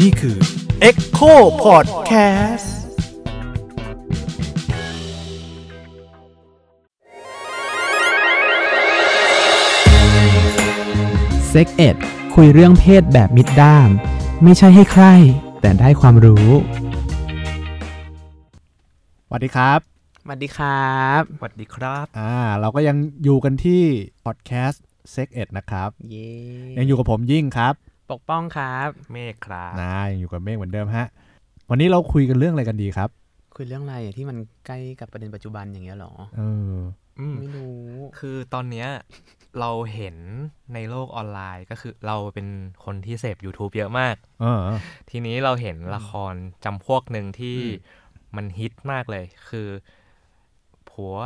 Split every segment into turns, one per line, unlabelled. นี่คือ Echo Podcast
เซ็กเอ็ดคุยเรื่องเพศแบบมิดด้าม ไม่ใช่ให้ใคร แต่ได้ความรู้
สวัสดีครับ
สวัสดีครับ
สวัสดีครับ
อ่า เราก็ยังอยู่กันที่พอดแคสต์เซ็กเอ็ดนะครับ
เย่
ยังอยู่กับผมยิ่งครับ
ปกป้องครับ
เมฆครับ
นะยังอยู่กับเมฆเหมือนเดิมฮะ วันนี้เราคุยกันเรื่องอะไรกันดีครับ
คุยเรื่องอะไรอะที่มันใกล้กับประเด็นปัจจุบันอย่างเงี้ยเหรอ
เออ
อืม
ไม่รู้
คือตอนเนี้ยเราเห็นในโลกออนไลน์ก็คือเราเป็นคนที่เสพ YouTube เยอะมาก
เออ
ทีนี้เราเห็นละครจำพวกหนึ่งที่มันฮิตมากเลย คือ ผัว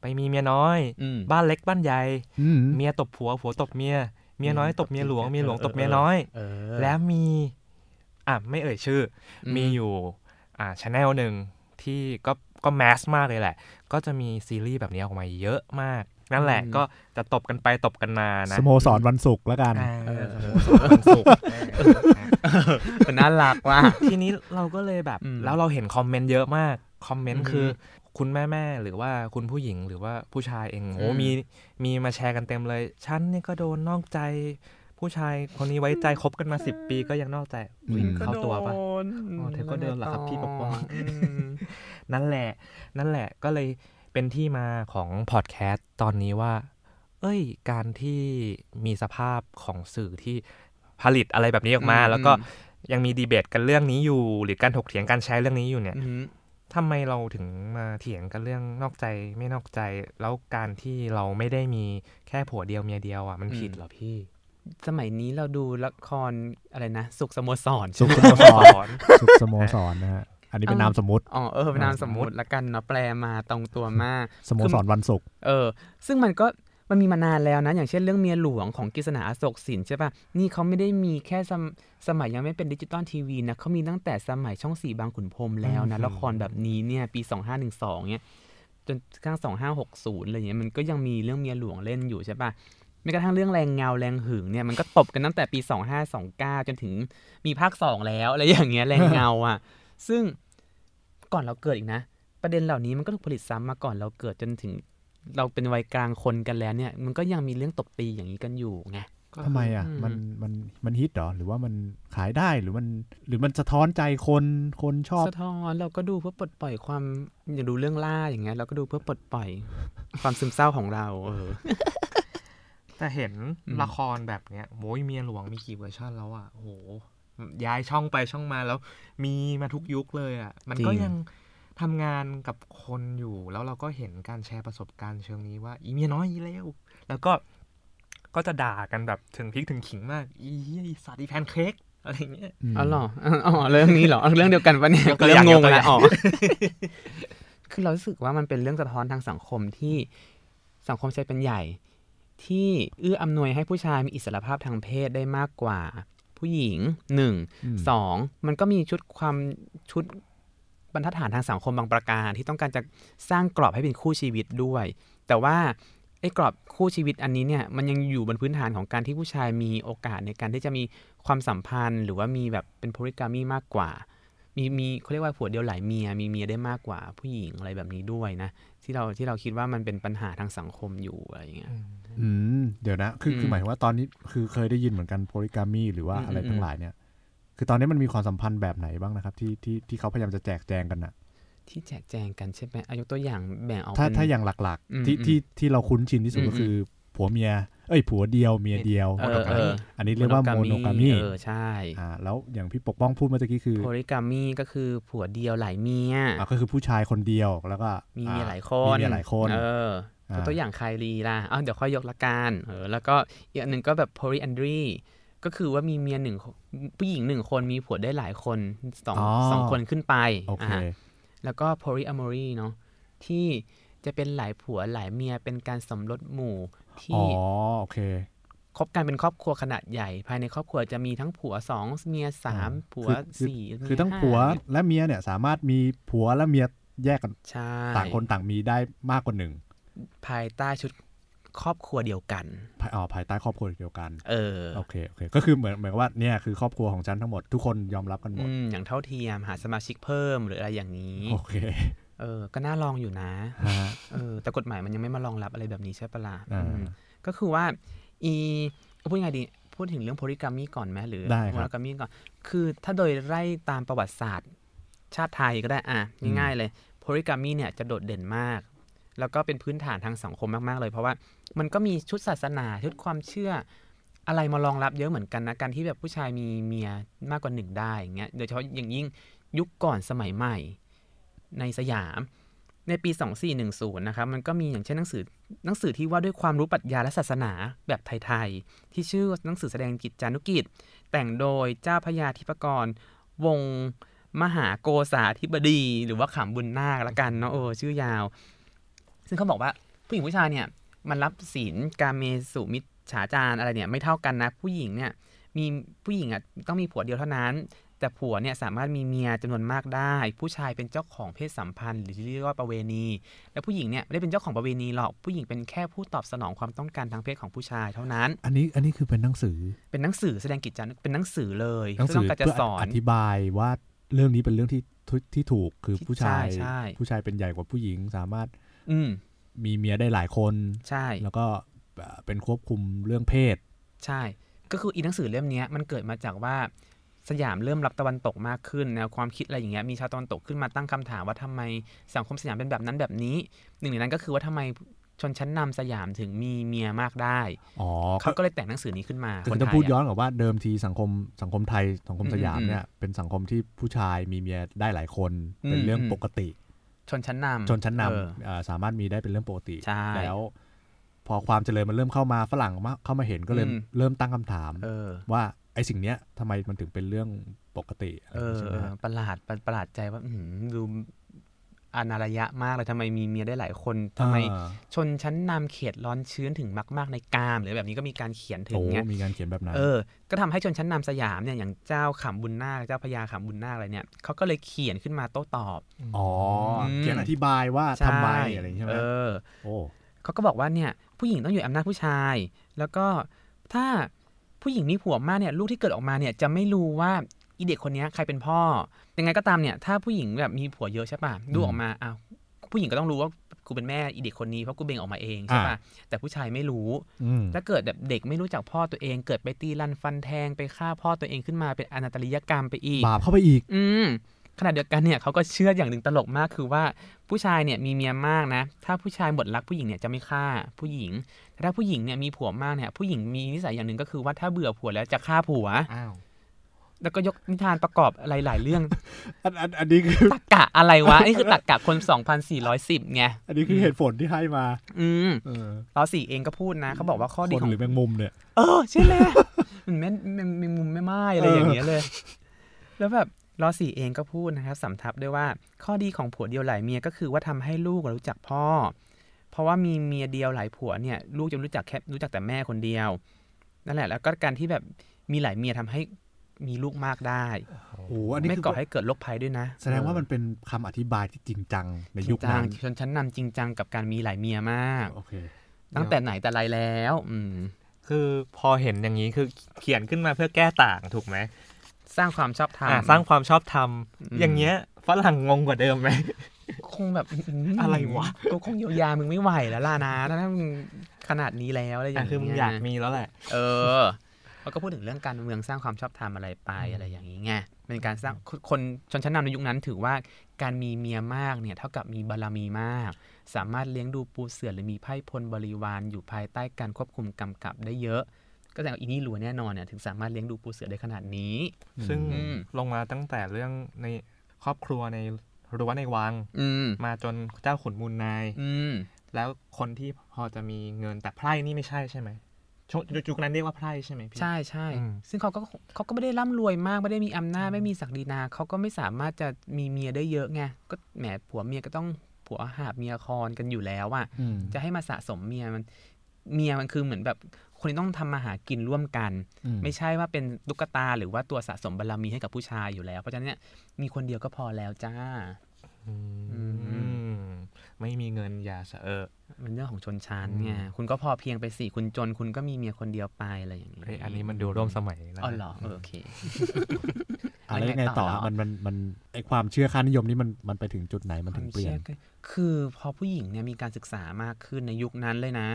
ไปมีเมียน้อย
อืม
บ้านเล็กบ้านใหญ่
อืม
เมียตบผัว ผัวตบเมีย เมียน้อย
อืม
ตบเมียหลวง
ตบเมี
เมี
ย
ยหลวง
เออ
ตบเมีย
เออ
น้อย
เออ
แล้วมี อ่ะ ไม่เอ่ยชื่ออ
ม
มีอยู่ อ่าชแนลหนึ่งที่ก็ก็แมสมากเลยแหละ ก็จะมีซีรีส์แบบนี้ออกมาเยอะมาก นั่นแหละก็จะตบกันไปตบกันมานะ
สโมสรวันศุกร์แล้วกัน
อ่า
เออ
สโมสรวันศุกร์
เออน่ารักว่ะ
ทีนี้เราก็เลยแบบ
อืม
แล้วเราเห็นคอมเมนต์เยอะมาก คอมเมนต์
อือหือ
คือ คุณแม่แม่ๆหรือว่าคุณผู้หญิงหรือว่าผู้ชายเองโอ้
อืม
มีมีมาแชร์กันเต็มเลย ฉันเนี่ยก็โดนนอกใจ ผู้ชายคนนี้ไว้ใจคบกันมาสิบปีก็ยังนอกใจอุ๊ย
อืม
เข้าตัวปะ อ๋อเธอก็เดินเหรอครับพี่ปกป้อง นั่นแหละ นั่นแหละก็เลยเป็นที่มาของพอดแคสต์ตอนนี้ว่า เอ้ย การที่มีสภาพของสื่อที่ผลิตอะไรแบบนี้ออกมา
อืม
แล้วก็ยังมีดีเบตกันเรื่องนี้อยู่ หรือการถกเถียงการแชร์เรื่องนี้อยู่เนี่ย
อืม
ทำไมเราถึงมาเถียงกันเรื่องนอกใจไม่นอกใจ แล้วการที่เราไม่ได้มีแค่ผัวเดียวเมียเดียวอ่ะมันผิดเหรอพี่
สมัยนี้เราดูละครอะไรนะ สุขสโมสร
ศุกร์สโมสร
สอน
ศุกร์สโมสรนะฮะ อันนี้เป็น
เอา
นามสมมติ
อ๋อเออเป็นนามสมม
สมมุติ
ติละกันเนาะแปลมาตรงตัวมาก
สโมสรวันศุกร์
เออ ซึ่งมันก็มันมีมานานแล้วนะ อย่างเช่นเรื่องเมียหลวงของกฤษณาอโศกสินใช่ปะนี่เขาไม่ได้มีแค่สมสมัยยังไม่เป็นดิจิตอลทีวีนะเขามีตั้งแต่สมัยช่องสีบางขุนพรหมแล้วนะ ละครแบบนี้เนี่ย ปี 2512เนี่ยจนกระทั่ง2560อะไรเงี้ยมันก็ยังมีเรื่องเมียหลวงเล่นอยู่ใช่ปะไม่กระทั่งเรื่องแรงเงาแรงหึงเนี่ยมันก็ตบกันตั้งแต่ปี 2529 จนถึงมีภาคสองแล้วอะไร อย่างเงี้ยแรงเงาอ่ะ ซึ่งก่อนเราเกิดอีกนะ ประเด็นเหล่านี้มันก็ถูกผลิตซ้ำมาก่อนเราเกิดจนถึง เราเป็นวัยกลางคนกันแล้วเนี่ย มันก็ยังมีเรื่องตบตีอย่างนี้กันอยู่ไง
ทำไมอ่ะ
อืม
มัน มัน มันฮิตเหรอ หรือว่ามันขายได้ หรือมัน หรือมันสะท้อนใจคน คนชอบ
สะท้อนเราก็ดูเพื่อปลดปล่อยความอย่างดูเรื่องล่าอย่างเงี้ยเราก็ดูเพื่อปลด ปล่อย ความซึมเศร้าของเราเออ
แต่เห็น
อืม
ละครแบบเนี้ยโอยเมียหลวงมีกี่เวอร์ชันแล้วอ่ะโห ย้ายช่องไปช่องมาแล้วมีมาทุกยุคเลยอ่ะ มันก็
จริง
ยังทำงานกับคนอยู่ แล้วเราก็เห็นการแชร์ประสบการณ์เชิงนี้ว่า อีเมียน้อยอีเลวแล้วก็ก็จะด่ากันแบบถึงพริกถึงขิงมาก อีเหี้ยอีสัตว์อีแพนเค้กอะไรอย่างเงี้ย
อ๋อเหรออ๋อเรื่องนี้เหรอเรื่องเดียวกันปะเนี่ย
ยกตั
ก็
วอ
เริ่
ย่าม ง
งง
ยกตัวอ
ละ
ย่าง
อ๋ อคือเรารู้สึกว่ามันเป็นเรื่องสะท้อนทางสังคมที่สังคมใช้เป็นใหญ่ ที่เอื้ออำนวยให้ผู้ชายมีอิสรภาพทางเพศได้มากกว่า ผู้หญิงหนึ่ง
อืม
สองมันก็มีชุดความชุดบรรทัดฐานทางสังคมบางประการ ที่ต้องการจะสร้างกรอบให้เป็นคู่ชีวิตด้วย แต่ว่าไอ้กรอบคู่ชีวิตอันนี้เนี่ยมันยังอยู่บนพื้นฐานของการที่ผู้ชายมีโอกาสในการที่จะมีความสัมพันธ์ หรือว่ามีแบบเป็นโพลิกามีมากกว่า มีมีเขาเรียกว่าผัวเดียวหลายเมียมีเมียได้มากกว่าผู้หญิงอะไรแบบนี้ด้วยนะที่เราที่เราคิดว่ามันเป็นปัญหาทางสังคมอยู่อะไรอย่างเงี้ย
อืมเดี๋ยวนะคืออ
ม
คือหมายถึงว่าตอนนี้คือเคยได้ยินเหมือนกันโพลิกามีหรือว่า
อืม
อะไร
อืม
ทั้งหลายเนี่ย คือตอนนี้มันมีความสัมพันธ์แบบไหนบ้างนะครับ ที่ที่ที่เขาพยายามจะแจกแจงกันนะ
ที่แจกแจงกันใช่ไหมอายุตัวอย่างแบ่งออก
ถ้า
เป็น
ถ้าอย่างหลัก
อืม
ๆ ที่ที่ที่เราคุ้นชินที่สุด
อืม
ก็คือผัวเมีย เอ้ยผัวเดียวเมียเดียว
เออเออ
อันนี้เรียกว่าโมโนกามี
เออใช่
อ่าแล้วอย่างพี่ปกป้องพูดเมื่อตะกี้คือ
โพลิกามีก็คือผัวเดียวหลายเมีย
อ่าก็คือผู้ชายคนเดียวแล้วก็
มี
อ่
เมียหลายคน
มีเมียหลายคน
เอออา ตัวอย่างใครลีล่ะอ้าวเดี๋ยวค่อยยกละกันเออแล้วก็อีกอันหนึ่งก็แบบโพลิแอนดรีก็คือว่ามีเมียหนึ่งคนผู้หญิงหนึ่งคนมีผัวได้หลายคนสองสองคนขึ้นไป
โอเค
าแล้วก็โพลิอ m มอรีเนาะที่จะเป็นหลายผัวหลายเมียเป็นการสมรสหมู่
อ๋
ที่
อโอเค
คบกันเป็นครอบครัวขนาดใหญ่ ภายในครอบครัวจะมีทั้งผัวสองเมียสาม
อ่า
ผัว
คือคือ
สี่เมีย
คือทั้ง
ห้า
ผัวและเมียเนี่ยสามารถมีผัวและเมียแยกกัน
ใช่
ต่างคนต่างมีได้มากกว่าหนึ่ง
ภายใต้ชุด ครอบครัวเดียวกัน
ภายอ๋อภายใต้ครอบครัวเดียวกัน
เออ
โอเคโอเค ก็คือเหมือนเหมือนกับว่าเนี่ยคือครอบครัวของฉันทั้งหมดทุกคนยอมรับกันหมด
อืมอย่างเท่าเทียมหาสมาชิกเพิ่มหรืออะไรอย่างนี้
โอเค
เออ ก็น่าลองอยู่นะ
ฮะ
เออแต่กฎหมายมันยังไม่มารองรับอะไรแบบนี้ใช่ปะล่ะ
อ่า
อืมก็คือว่าอีพูดยังไงดี พูดถึงเรื่องโพลิกามีก่อนไหมหรือ
ได้ครับ
โมโนกามีก่อน คือถ้าโดยไล่ตามประวัติศาสตร์ ชาติไทยก็ได้อ่ะง่ายๆเลยโพลิกามีเนี่ยจะโดดเด่นมาก แล้วก็เป็นพื้นฐานทางสังคมมากๆเลย เพราะว่ามันก็มีชุดศาสนาชุดความเชื่อ อะไรมารองรับเยอะเหมือนกันนะการที่แบบผู้ชายมีเมียมากกว่าหนึ่งได้อย่างเงี้ยโดยเฉพาะอย่างยิ่งยุคก่อนสมัยใหม่ ในสยามในปี 2410 นะครับ มันก็มีอย่างเช่นหนังสือหนังสือที่ว่าด้วยความรู้ปรัชญาและศาสนาแบบไทยๆ ที่ชื่อหนังสือแสดงกิจจานุกิจ แต่งโดยเจ้าพระยาธิปกรณ์วงศ์มหาโกษาธิบดี หรือว่าขำบุญนาคละกันเนาะเออชื่อยาว ซึ่งเขาบอกว่าผู้หญิงผู้ชายเนี่ย มันรับศีลการเมสุมิจฉาจารอะไรเนี่ยไม่เท่ากันนะ ผู้หญิงเนี่ยมีผู้หญิงอ่ะต้องมีผัวเดียวเท่านั้น แต่ผัวเนี่ยสามารถมีเมียจำนวนมากได้ ผู้ชายเป็นเจ้าของเพศสัมพันธ์หรือที่เรียกว่าประเวณี และผู้หญิงเนี่ยไม่ได้เป็นเจ้าของประเวณีหรอกผู้หญิงเป็นแค่ผู้ตอบสนองความต้องการทางเพศของผู้ชายเท่านั้น
อันนี้อันนี้คือเป็นหนังสือ
เป็นหนังสือแสดงกิจจานุเป็นหนังสือเลย
หนังสื
ซึ่งต้องการจะ
เพื่
สอน
อธิบายว่าเรื่องนี้เป็นเรื่องที่ทุที่ถูกคือผู้ชาย
ใช่ใช่
ผู้ชายเป็นใหญ่กว่าผู้หญิงสามารถ
อืม
มีเมียได้หลายคน
ใช่
แล้วก็เอ่อเป็นควบคุมเรื่องเพศ
ใช่ ก็คืออีหนังสือเล่มเนี้ยมันเกิดมาจากว่าสยามเริ่มรับตะวันตกมากขึ้นแนวความคิดอะไรอย่างเงี้ยมีชาวตะวันตกขึ้นมาตั้งคำถามว่าทำไมสังคมสยามเป็นแบบนั้นแบบนี้ หนึ่งในนั้นก็คือว่าทำไมชนชั้นนำสยามถึงมีเมียมากได้
อ๋อ
เขาก็เลยแต่งหนังสือนี้ขึ้นมา
คือ
คน
จะ
ไท
พูด
ย
ย้
อะ
อนกลับว่าเดิมทีสังคมสังคมไทยสังคม
อืม
สยาม
อืม
เนี่ยเป็นสังคมที่ผู้ชายมีเมียได้หลายคน เป็น
อืม
เรื่อง
อืม
ปกติ
ชนชั้นนำ
ชนชั้นน
เออ
ำเอ่อสามารถมีได้เป็นเรื่องปกติ
ใช่
แล้ว พอความเจริญมันเริ่มเข้ามาฝรั่งมาเข้ามาเห็นก็เลย
อืม
เริ่มตั้งคำถาม
เออ
ว่าไอ้สิ่งเนี้ยทำไมมันถึงเป็นเรื่องปกติอะไร
เอ
อย่าง
อ
งี้ใช่ไหมฮะ
ประหลาดประประหลาดใจว่าอื้อหือดูอนาระยะมากเลยทำไมมีเมียได้หลายคนทำไม
อ่า
ชนชั้นนำเขตร้อนชื้นถึงมากๆในกาม หรือแบบนี้ก็มีการเขียนถึง
โอ้
เนี้ย
มีการเขียนแบบนั้น
เออ ก็ทำให้ชนชั้นนำสยามเนี่ยอย่างเจ้าขำบุญนาคเจ้าพญาขำบุญนาคอะไรเนี่ยเขาก็เลยเขียนขึ้นมาโต้ตอบ
อ๋ออ
ม
เขียนอธิบายว่า
ใช่
ทำไมอะไรอย่างงี้ใช่ไหม
เออ
โอ้
เขาก็บอกว่าเนี่ยผู้หญิงต้องอยู่อำนาจผู้ชาย แล้วก็ถ้าผู้หญิงมีผัวมากเนี่ยลูกที่เกิดออกมาเนี่ยจะไม่รู้ว่าอีเด็กคนเนี้ยใครเป็นพ่อยังไงก็ตามเนี่ยถ้าผู้หญิงแบบมีผัวเยอะใช่ป่ะลูกออกมาอ้าวผู้หญิงก็ต้องรู้ว่ากูเป็นแม่อีเด็กคนนี้เพราะกูเบ่งออกมาเองใช่ป่ะแต่ผู้ชายไม่รู้
อืม
ถ้าเกิดแบบเด็กไม่รู้จักพ่อตัวเอง เกิดไปตีลันฟันแทงไปฆ่าพ่อตัวเองขึ้นมาเป็นอนาตริยกรรมไปอีก
บาปเข้าไปอีก
อืมขณะเดียวกันเนี่ยเขาก็เชื่ออย่างหนึ่งตลกมากคือว่าผู้ชายเนี่ยมีเมียมากนะ ถ้าผู้ชายหมดรักผู้หญิงเนี่ยจะไม่ฆ่าผู้หญิง แต่ถ้าผู้หญิงเนี่ยมีผัวมากเนี่ยผู้หญิงมีนิสัยอย่างหนึ่งก็คือว่าถ้าเบื่อผัวแล้วจะฆ่าผัว
อ้าว
แล้วก็ยกนิทานประกอบอะไรหลายเรื่อง
อันอันอันนี้คือ
ตักกะอะไรวะ นี่คือตักกะคน 2,410ไง
อันนี้คือเหตุผลที่ให้มา
อืม
เออ
ล้อสี่เองก็พูดนะเขาบอกว่าข้อดี
คน
ของ
หรือแมงมุมเนี่ย
เออใช่ไหม มันแม่นมันมีมุมไม่ไม้อะไรอย่างเงี้ยเลย แล้วแบบลอสี่เองก็พูดนะครับสำทับด้วยว่า ข้อดีของผัวเดียวหลายเมียก็คือว่าทำให้ลูกรู้จักพ่อ เพราะว่ามีเมียเดียวหลายผัวเนี่ย ลูกจะรู้จักแค่รู้จักแต่แม่คนเดียวนั่นแหละ แล้วก็การที่แบบมีหลายเมียทำให้มีลูกมากได้
โอ้โหอันนี้
ไม่
คือ
ก่อให้เกิดโรคภัยด้วยนะ
แสดงว่ามันเป็นคำอธิบายที่จริงจังใน
จริ
ยุ
ง
ค
จั
นั้
ง
น
ชนชั้นนำจริงจังกับการมีหลายเมียมาก
โอเค
ตั้งแต่ไหนแต่ไรแล้ว อืม
คือพอเห็นอย่างนี้คือเขียนขึ้นมาเพื่อแก้ต่างถูกไหม
สร้างความชอบธรรม
อ่ะสร้างความชอบธรรม
อืม
อย่างเงี้ยฝรั่งงงกว่าเดิมไหม
คงแบบม
อะไรวะ
กูคงเยียวยามึงไม่ไหวแล้วล่ะนะถ้ามึงขนาดนี้แล้วอะไรอย่าง
อ่ะ
เงี้ย
คือมึงอยากมีแล้วแหละ
เออแล้วก็พูดถึงเรื่องการเมืองสร้างความชอบธรรมอะไรไปอะไรอย่างนี้ไงเป็นการสร้างคนคนชนชั้นนำในยุคนั้นถือว่าการมีเมียมากเนี่ยเท่ากับมีบารมีมาก สามารถเลี้ยงดูปูเสือหรือมีไพร่พลบริวารอยู่ภายใต้การควบคุมกำกับได้เยอะ ก็แสดงว่าอีนี่รวยแน่นอนเนี่ยถึงสามารถเลี้ยงดูปูเสือได้ขนาดนี้
ซึ่ง
อืม
ลงมาตั้งแต่เรื่องในครอบครัวในรั้วในวัง
อืม
มาจนเจ้าขุนมูลนาย
อืม
แล้วคนที่พอจะมีเงินแต่ไพร่นี่ไม่ใช่ใช่ไหมช่วงยุคนั้นเรียกว่าไพร่ใช่ไหมพี่
ใช่ใช่
อืม
ซึ่งเขาก็เขาก็ไม่ได้ร่ำรวยมากไม่ได้มีอำนาจไม่มีศักดินาเขาก็ไม่สามารถจะมีเมียได้เยอะไงก็แหมผัวเมียก็ต้องผัวหาบเมียคอนกันอยู่แล้วอะ
อืม
จะให้มาสะสมเมียมันเมียมันคือเหมือนแบบคนที่ต้องทำมาหากินร่วมกัน
อืม
ไม่ใช่ว่าเป็นตุ๊กตาหรือว่าตัวสะสมบารมีให้กับผู้ชายอยู่แล้ว เพราะฉะนั้นเนี่ยมีคนเดียวก็พอแล้วจ้า
อืม
อื
ไม่มีเงินอย่าเสอะเออ
มันเรื่องของชนชั้น
อืม
ไงคุณก็พอเพียงไปสิคุณจนคุณก็มีเมียคนเดียวไปอะไรอย่างนี้
เฮ้ยอันนี้มันดูร่วมสมัยนะ
อ๋อเหรอเออโอเค
อะไรยังไง
เอาไง
ต่อ
ต่อ
ฮะมันมันมันไอความเชื่อค่านิยมนี่มันมันไปถึงจุดไหนมันถึงเปลี่ย
ค
น
วามชื่อก็คือพอผู้หญิงเนี่ยมีการศึกษามากขึ้นในยุคนั้นเลยนะ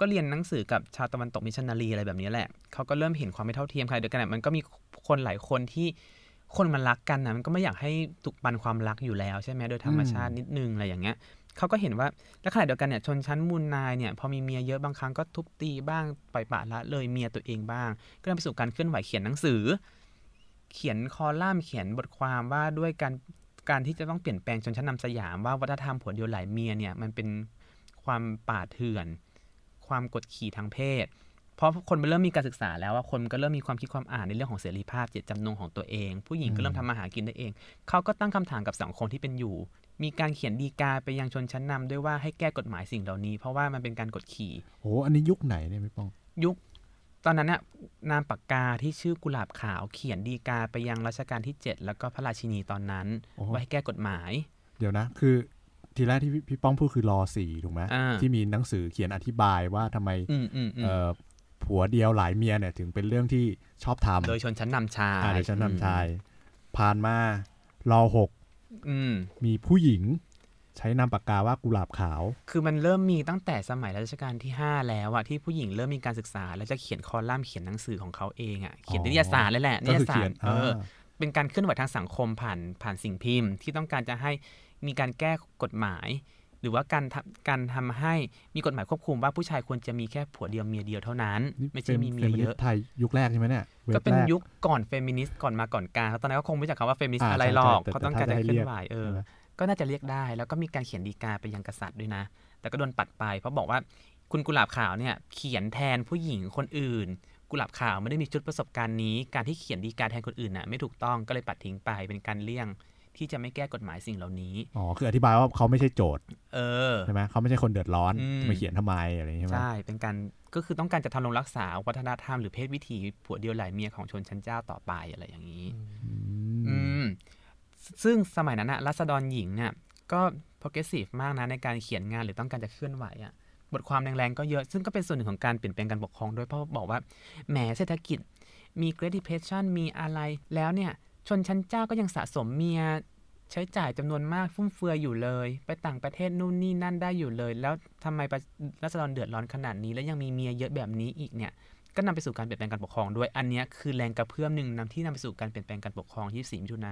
ก็เรียนหนังสือกับชาวตะวันตกมิชชันนารีอะไรแบบนี้แหละ เขาก็เริ่มเห็นความไม่เท่าเทียมค่ะเดียวกันเนยมันก็มีคนหลายคนที่คนมันรักกันนะมันก็ไม่อยากให้ถูกปันความรักอยู่แล้วใช่ไหมโดยธรรมชาตินิดนึงอะไรอย่างเงี้ยเขาก็เห็นว่าและขณะเดียวกันเนี่ยชนชั้นมูลนายเนี่ยพอมีเมียเยอะบางครั้งก็ทุบตีบ้างปล่อยปละละเลยเมียตัวเองบ้าง ก็นำไปสู่การเคลื่อนไหวเขียนหนังสือ เขียนคอลัมน์เขียนบทความว่าด้วยการการที่จะต้องเปลี่ยนแปลงชนชั้นนำสยามว่าวัฒนธรรมผัวเดียวหลายเมียเนี่ยมันเป็นความป่าเถื่อน ความกดขี่ทางเพศ เพราะคนมันเริ่มมีการศึกษาแล้วว่าคนก็เริ่มมีความคิดความอ่านในเรื่องของเสรีภาพเจตจำนงของตัวเอง ผู้หญิงก็เริ่มทำมาหากินได้เอง เขาก็ตั้งคำถามกับสังคมที่เป็นอยู่ มีการเขียนดีกาไปยังชนชั้นนำด้วยว่าให้แก้กฎหมายสิ่งเหล่านี้ เพราะว่ามันเป็นการกดขี่
โห อันนี้ยุคไหนเนี่ยพี่ป้อง
ยุคตอนนั้นน่ะนามปากกาที่ชื่อกุหลาบขาวเขียนดีกาไปยังรัชกาลที่ 7 แล้วก็พระราชินีตอนนั้น
โอ้โห
ว่าให้แก้กฎหมาย
เดี๋ยวนะ คือทีแรกที่พี่พี่ป้องพูดคือรอสี่ถูกไหม
อ่า
ที่มีหนังสือเขียนอธิบายว่าทำไม
อืมอืมอืม
เอ่อผัวเดียวหลายเมียเนี่ยถึงเป็นเรื่องที่ชอบทำ
โดยชนชั้นนำชาย
อ่าเดี๋ยวฉันนำชาย ผ่านมารอหก
อืม
มีผู้หญิง ใช้นามปากกาว่ากุหลาบขาว
คือมันเริ่มมีตั้งแต่สมัยรัชกาลที่ 5 แล้วอะที่ผู้หญิงเริ่มมีการศึกษา แล้วจะเขียนคอลัมน์เขียนหนังสือของเขาเองอะเขียน
อ๋อ
นิตยสารเลยแหละนิตย
ก็คือ
สา
เขี
ร
น
เออ
า
เป็นการเคลื่อนไหวทางสังคมผ่านผ่านสิ่งพิมพ์ ที่ต้องการจะให้มีการแก้กฎหมาย หรือว่าการทำการทำให้มีกฎหมายควบคุมว่าผู้ชายควรจะมีแค่ผัวเดียวเมียเดียวเท่านั้น
นี่
ไม่ใช่มีเมี
ฟ
ย
นิสต์
เยอะ
ไทยยุคแรกใช่ไหมเนี่ยว็บ
ก็เป็น
แร
ยุคก่อนเฟมินิสต์ก่อนมาก่อนการแล้วตอนนั้นก็คงไม่รู้จักคำว่าเฟมินิสต์
อ่า
อะไร
ใช่
หรอก
ใช่แต่
เขาต้องการจะเคลื่อนไหวเออ
ใช่ไหม
ก็น่าจะเรียกได้ แล้วก็มีการเขียนดีกาไปยังกษัตริย์ด้วยนะ แต่ก็โดนปัดไป เพราะบอกว่าคุณกุหลาบขาวเนี่ยเขียนแทนผู้หญิงคนอื่น กุหลาบขาวไม่ได้มีชุดประสบการณ์นี้ การที่เขียนดีกาแทนคนอื่นน่ะไม่ถูกต้องก็เลยปัดทิ้งไปเป็นการเลี่ยงที่จะไม่แก้กฎหมายสิ่งเหล่านี้
อ๋อคืออธิบายว่าเขาไม่ใช่โจทย์
เออ
ใช่ไหมเขาไม่ใช่คนเดือดร้อน
อืม
จะมาเขียนทำไมอะไรอย่างงี้ใช่ไหม
ใช่เป็นการก็คือต้องการจะทำรงรักษาวัฒนธรรมหรือเพศวิถีผัวเดียวหลายเมียของชนชั้นเจ้าต่อไปอะไรอย่างนี้
อื
อื
ม
มซึ่งสมัยนั้นนะรัษฎรหญิงเนี่ยก็ progressive มากนะในการเขียนงานหรือต้องการจะเคลื่อนไหวอะบทความแรงๆก็เยอะซึ่งก็เป็นส่วนหนึ่งของการเปลี่ยนแปลงการปกครองด้วยเพราะบอกว่าแหมเศรษฐกิจมี Great Depression มีอะไร แล้วเนี่ยชนชั้นเจ้าก็ยังสะสมเมีย ใช้จ่ายจำนวนมากฟุ่มเฟือยอยู่เลย ไปต่างประเทศนู่นนี่นั่นได้อยู่เลย แล้วทำไมประรัษฎรเดือดร้อนขนาดนี้ แล้วยังมีเมียเยอะแบบนี้อีกเนี่ย ก็นำไปสู่การเปลี่ยนแปลงการปกครองด้วย อันเนี้ยคือแรงกระเพื่อมหนึ่งนำที่นำไปสู่การเปลี่ยนแปลงการปกครอง 24มิถุน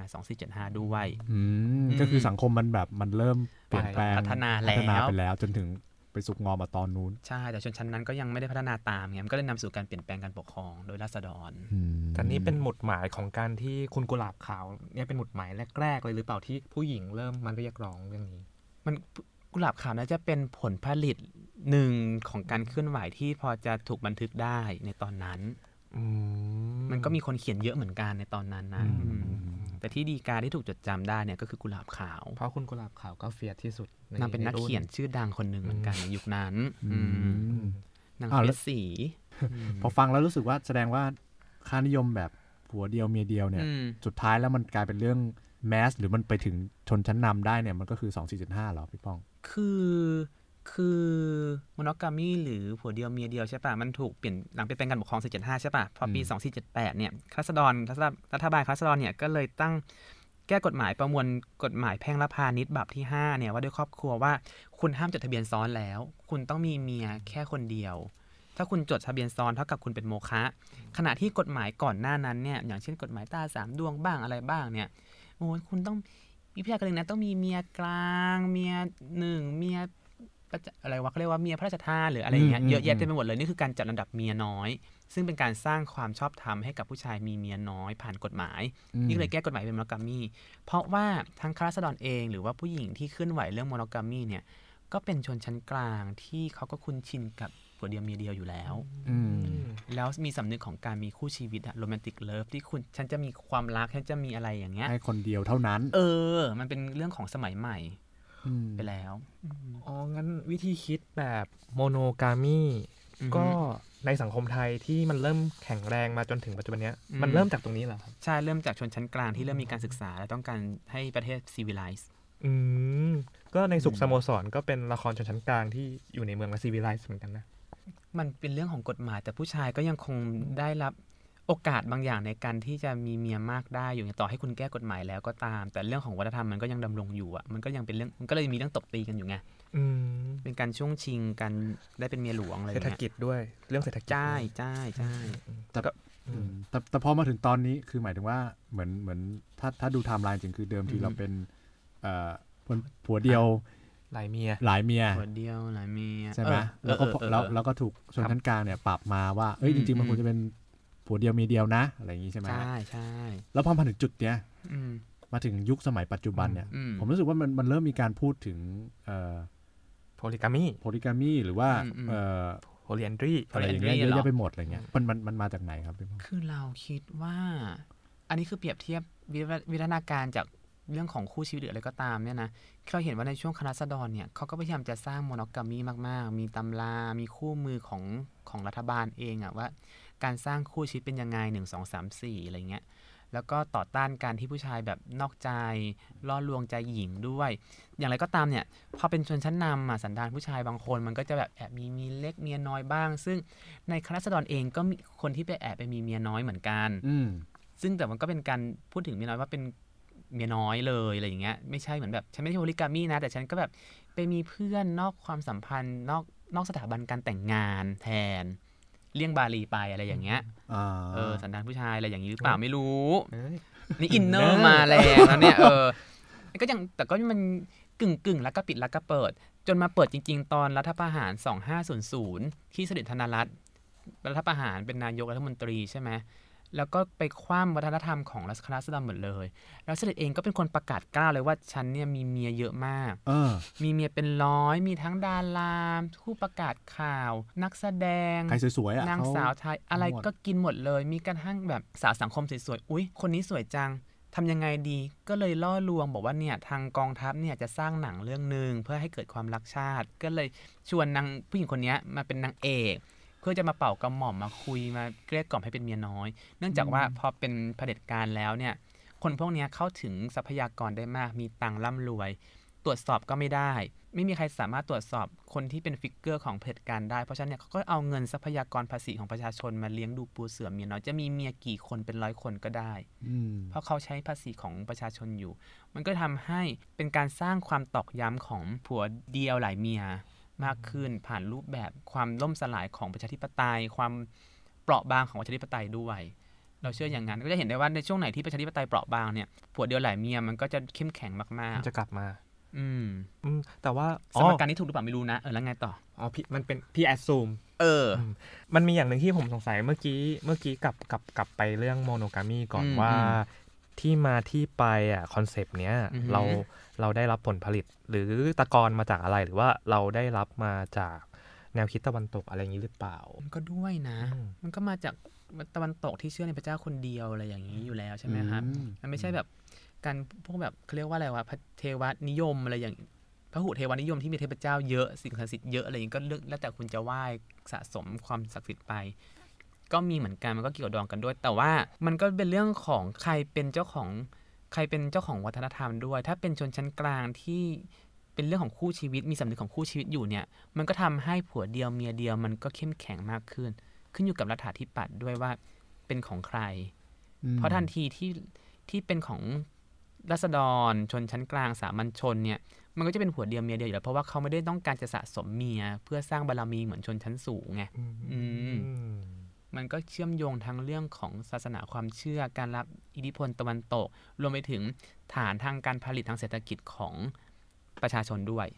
า2475 ด้วย
อืมก็คือสังคมมันแบบมันเริ่มเปลี่ยนแปลง
พัฒนาแล้ว
พัฒนาไปแล้วจนถึงไปสุกงอมมาตอนนู้น
ใช่ แต่ชนชั้นนั้นก็ยังไม่ได้พัฒนาตามไงมันก็เลยนำสู่การเปลี่ยนแปลงการปกครองโดยราษฎร
อืม
แต่นี่เป็นหมุดหมายของการที่คุณกุหลาบขาวเนี่ยเป็นหมุดหมายแรกๆเลยหรือเปล่าที่ผู้หญิงเริ่มมาเรียกร้องเรื่องนี้
มันกุหลาบขาวน่าจะเป็นผลผลิตหนึ่งของการเคลื่อนไหวที่พอจะถูกบันทึกได้ในตอนนั้น
อื
มันก็มีคนเขียนเยอะเหมือนกันในตอนนั้นนะอืมแต่ที่ดีการที่ถูกจดจำได้เนี่ยก็คือกุหลาบขาว
เพราะคุณกุหลาบขาวก็เฟียดที่สุดใน
างเป็นนักเขียน
ใรุ่
ชื่อดังคนหนึ่งเหมือนกันในยุคนั้นอื
อื
ม
ม
นาง
อ้าว
เฟ
แล้
ส
ว
สี
พอฟังแล้วรู้สึกว่าแสดงว่าค่านิยมแบบผัวเดียวเมียเดียวเนี่ย
อืม
สุดท้ายแล้วมันกลายเป็นเรื่องแมสหรือมันไปถึงชนชั้นนำได้เนี่ยมันก็คือสองสี่เจ็ดห้าหรอพี่ป้อง
คือคือมโนกามีหรือผัวเดียวเมียเดียวใช่ปะมันถูกเปลี่ยนหลังเปลี่ยนแปลงการปกครอง 475 ใช่ปะพอปี
อืม
2478 เนี่ยรัษฎรรัฐบาลรัฐบาลรัษฎรเนี่ยก็เลยตั้งแก้กฎหมายประมวลกฎหมายแพ่งและพาณิชย์บับที่ 5 เนี่ยว่าด้วยครอบครัวว่าคุณห้ามจดทะเบียนซ้อนแล้ว คุณต้องมีเมียแค่คนเดียว ถ้าคุณจดทะเบียนซ้อนเท่ากับคุณเป็นโมฆะขณะที่กฎหมายก่อนหน้านั้นเนี่ยอย่างเช่นกฎหมายตราสามดวงบ้างอะไรบ้างเนี่ยโอ้ยคุณต้อง มีผู้ชายคนหนึ่งนะต้องมีเมียกลางเมียหนึ่งเมียประจอะไรวะเขาเรียกว่าเมียพระราชทานหรืออะไรอย่างเงี้ย
อืมอืม
เยอะแยะเต็มไปหมดเลยนี่คือการจัดระดับเมียน้อย ซึ่งเป็นการสร้างความชอบธรรมให้กับผู้ชายมีเมียน้อยผ่านกฎหมาย นี่ก็เลยแก้กฎหมายเป็นโมโนกามีเพราะว่าทั้งคาราสดอนเองหรือว่าผู้หญิงที่เคลื่อนไหวเรื่องโมโนกามีเนี่ยก็เป็นชนชั้นกลางที่เขาก็คุ้นชินกับผัวเดียวเมียเดียวอยู่แล้ว
อืม
แล้วมีสำนึกของการมีคู่ชีวิตอะโรแมนติกเลิฟที่คุณฉันจะมีความรักฉันจะมีอะไรอย่างเงี้ย
ให้คนเดียวเท่านั้น
เออ มันเป็นเรื่องของสมัยใหม่
ม
ไปแล้ว
อ๋อ งั้นวิธีคิดแบบโมโนกามีก็ในสังคมไทยที่มันเริ่มแข็งแรงมาจนถึงปัจจุบันเนี้ย มันเริ่มจากตรงนี้เหรอครับ
ใช่เริ่มจากชนชั้นกลางที่เริ่มมีการศึกษา และต้องการให้ประเทศซีวิไลซ์
อืม ก็ในสุขสโมสรก็เป็นละครชนชั้นกลางที่อยู่ในเมืองละซีวิไลซ์เหมือนกันนะ
มันเป็นเรื่องของกฎหมาย แต่ผู้ชายก็ยังคงได้รับโอกาสบางอย่างในการที่จะมีเมียมากได้อยู่ต่อให้คุณแก้กฎหมายแล้วก็ตาม แต่เรื่องของวัฒนธรรมมันก็ยังดำรงอยู่อ่ะมันก็ยังเป็นเรื่องมันก็เลยมีเรื่องตบตีกันอยู่ไง
อืม
เป็นการช่วงชิงกันได้เป็นเมียหลวงอะไรอ
เศร
ย่า
ษ
งเงี้
ฐ
ย
กิจด้วยเรื่องเศรษฐกิจ
ใช่ใช่ใช่
อืม
แต่แต่พอมาถึงตอนนี้คือหมายถึงว่าเหมือนเหมือนถ้าถ้าดูไทม์ไลน์จริงคือเดิมทีเราเป็นเอ่อคนผัวเดียว
หลายเมีย
หลายเมีย
หัวเดียวหลายเมีย
ใช่ไหม
เอ
แล้ว
อ
ก็
เออเออ
แล้ว
เออ
แล้วก็ถูกชนชั้นกลางเนี่ยปรับมาว่าเอ้ย
อื
จ
ม
ริงๆมันควร
อืม
จะเป็นผัวเดียวเมียเดียวนะอะไรอย่างงี้ใช่ไหม
ใช่ใช่
แล้วพอมาถึงจุดเนี้ย
อืม
มาถึงยุคสมัยปัจจุบันเนี่ย
อืม
ผมรู้สึกว่ามันมันเริ่มมีการพูดถึงเอ่อ
โพลิกามี
โพลิกามีหรือว่า
อืมอืม
เอ่อ
โพลีแนดรี
อะไรอย่างเงี้ย
Polyandry
เยอะ
เหรอ
แยะไปหมดอะไรเงี้ยมันมันมันมาจากไหนครับพี่ป้อม
คือเราคิดว่า อันนี้คือเปรียบเทียบวิวัฒวิวัฒนาการจากเรื่องของคู่ชีวิตหรืออะไรก็ตามเนี่ยนะเราเห็นว่าในช่วงคณะสดรเนี่ยเขาก็พยายามจะสร้างโมโนกามีมาก ๆ มีตำรา มีคู่มือของของรัฐบาลเองอะว่า การสร้างคู่ชีวิตเป็นยังไงหนึ่งสองสามสี่อะไรเงี้ย แล้วก็ต่อต้านการที่ผู้ชายแบบนอกใจล่อลวงใจหญิงด้วย อย่างไรก็ตามเนี่ยพอเป็นชนชั้นนำอะสันดานผู้ชายบางคน มันก็จะแบบแอบมีมีเล็กเมียน้อยบ้าง ซึ่งในคณะสดรเองก็มีคนที่ไปแอบไปมีเมียน้อยเหมือนกัน
อืม
ซึ่งแต่มันก็เป็นการพูดถึงเมียน้อยว่าเป็นเมียน้อยเลยอะไรอย่างเงี้ยไม่ใช่เหมือนแบบฉันไม่ได้โฮลิกามีนะ แต่ฉันก็แบบไปมีเพื่อนนอกความสัมพันธ์นอกนอกสถาบันการแต่งงานแทน เลี่ยงบาลีไปอะไรอย่างเงี้ย
อ่า
เออสันดานผู้ชายอะไรอย่างนี้หรือเปล่าไม่รู้
เอ้ย
นี่อินเนอร์มาแรงแล้วเนี่ยเออก็ยังแต่ก็มันกึ่งกึ่งๆแล้วก็ปิดแล้วก็เปิด จนมาเปิดจริง ๆ ตอนรัฐประหาร 2500 ที่เสด็จธนรัตน์รัฐประหารเป็นนายกรัฐมนตรีใช่ไหมแล้วก็ไปคว่ำวัฒนธรรมของรัชคณะสดรหมดเลย แล้วเสด็จเองก็เป็นคนประกาศกล้าวเลยว่าฉันเนี่ยมีเมียเยอะมาก
เออ
มีเมียเป็นร้อยมีทั้งดาราผู้ประกาศข่าว นักแสดง
ใครสวยๆอ่ะ
นาง
เข
สาวไทยอะไร
หมด
ก็กินหมดเลย มีกระทั่งแบบสาวสังคมสวยๆ อุ๊ย คนนี้สวยจังทำยังไงดี ก็เลยล่อลวงบอกว่าเนี่ยทางกองทัพเนี่ยจะสร้างหนังเรื่องหนึ่งเพื่อให้เกิดความรักชาติ ก็เลยชวนนางผู้หญิงคนเนี้ยมาเป็นนางเอก เพื่อจะมาเป่ากระหม่อมมาคุยมาเกลี้ยกล่อมให้เป็นเมียน้อย เนื่องจากว่าพอเป็นเผด็จการแล้วเนี่ย คนพวกเนี้ยเข้าถึงทรัพยากรได้มาก มีตังค์ร่ำรวย ตรวจสอบก็ไม่ได้ ไม่มีใครสามารถตรวจสอบคนที่เป็นฟิกเกอร์ของเผด็จการได้ เพราะฉะนั้นเนี่ยเขาก็เอาเงินทรัพยากรภาษีของประชาชนมาเลี้ยงดูปูเสือเมียน้อยจะมีเมียกี่คนเป็นร้อยคนก็ได้
อืม
เพราะเขาใช้ภาษีของประชาชนอยู่ มันก็ทำให้เป็นการสร้างความตอกย้ำของผัวเดียวหลายเมียมากขึ้น ผ่านรูปแบบความล่มสลายของประชาธิปไตย ความเปราะบางของประชาธิปไตยด้วย เราเชื่ออย่างนั้นก็จะเห็นได้ว่าในช่วงไหนที่ประชาธิปไตยเปราะบางเนี่ยผัวเดียวหลายเมียมันก็จะเข้มแข็งมาก
มันจะกลับมา
ๆ อืม
อืม แต่ว่า
ส
อ๋อ
มการนี้ถูกหรือเปล่าไม่รู้นะเออแล้วไงต่อ
อ๋อพี่มันเป็นพี่แอดซูม
เออ
มันมีอย่างหนึ่งที่ผมสงสัยเมื่อกี้เมื่อกี้กลับกลับกลับไปเรื่องโมโนกามีก่อน
อืม
ว่า
อืม
ที่มาที่ไปอ่ะคอนเซปต์เนี้ย
อือหือ
เราเราได้รับผลผลิต หรือตะกอนมาจากอะไรหรือว่าเราได้รับมาจากแนวคิดตะวันตกอะไรอย่างนี้หรือเปล่า
มันก็ด้วยนะ
อืม
มันก็มาจากตะวันตกที่เชื่อในพระเจ้าคนเดียวอะไรอย่างนี้อยู่แล้วใช่ไหมครับ
อืม
มันไม่ใช่แบบการพวกแบบเขาเรียกว่าอะไรวะพระเทวนิยมอะไรอย่างพระหุเทวนิยมที่มีเทพเจ้าเยอะสิ่งศักดิ์สิทธิ์เยอะอะไรอย่างนี้ก็เลือกแล้วแต่คุณจะไหว้สะสมความศักดิ์สิทธิ์ไป ก็มีเหมือนกันมันก็เกี่ยวดองกันด้วย แต่ว่ามันก็เป็นเรื่องของใครเป็นเจ้าของใครเป็นเจ้าของวัฒนธรรมด้วย ถ้าเป็นชนชั้นกลางที่เป็นเรื่องของคู่ชีวิตมีสำนึกของคู่ชีวิตอยู่เนี่ย มันก็ทำให้ผัวเดียวเมียเดียวมันก็เข้มแข็งมากขึ้น ขึ้นอยู่กับรัฐาธิปัตย์ด้วยว่าเป็นของใคร
อืม
เพราะทันทีที่ที่เป็นของรัษฎรชนชั้นกลางสามัญชนเนี่ยมันก็จะเป็นหัวเดียวเมียเดียวอยู่แล้ว เพราะว่าเขาไม่ได้ต้องการจะสะสมเมีย เพื่อสร้างบารมีเหมือนชนชั้นสูงไง อืม มันก็เชื่อมโยงทั้งเรื่องของศาสนาความเชื่อการรับอิทธิพลตะวันตก รวมไปถึงฐานทางการผลิตทางเศรษฐกิจของประชาชนด้วย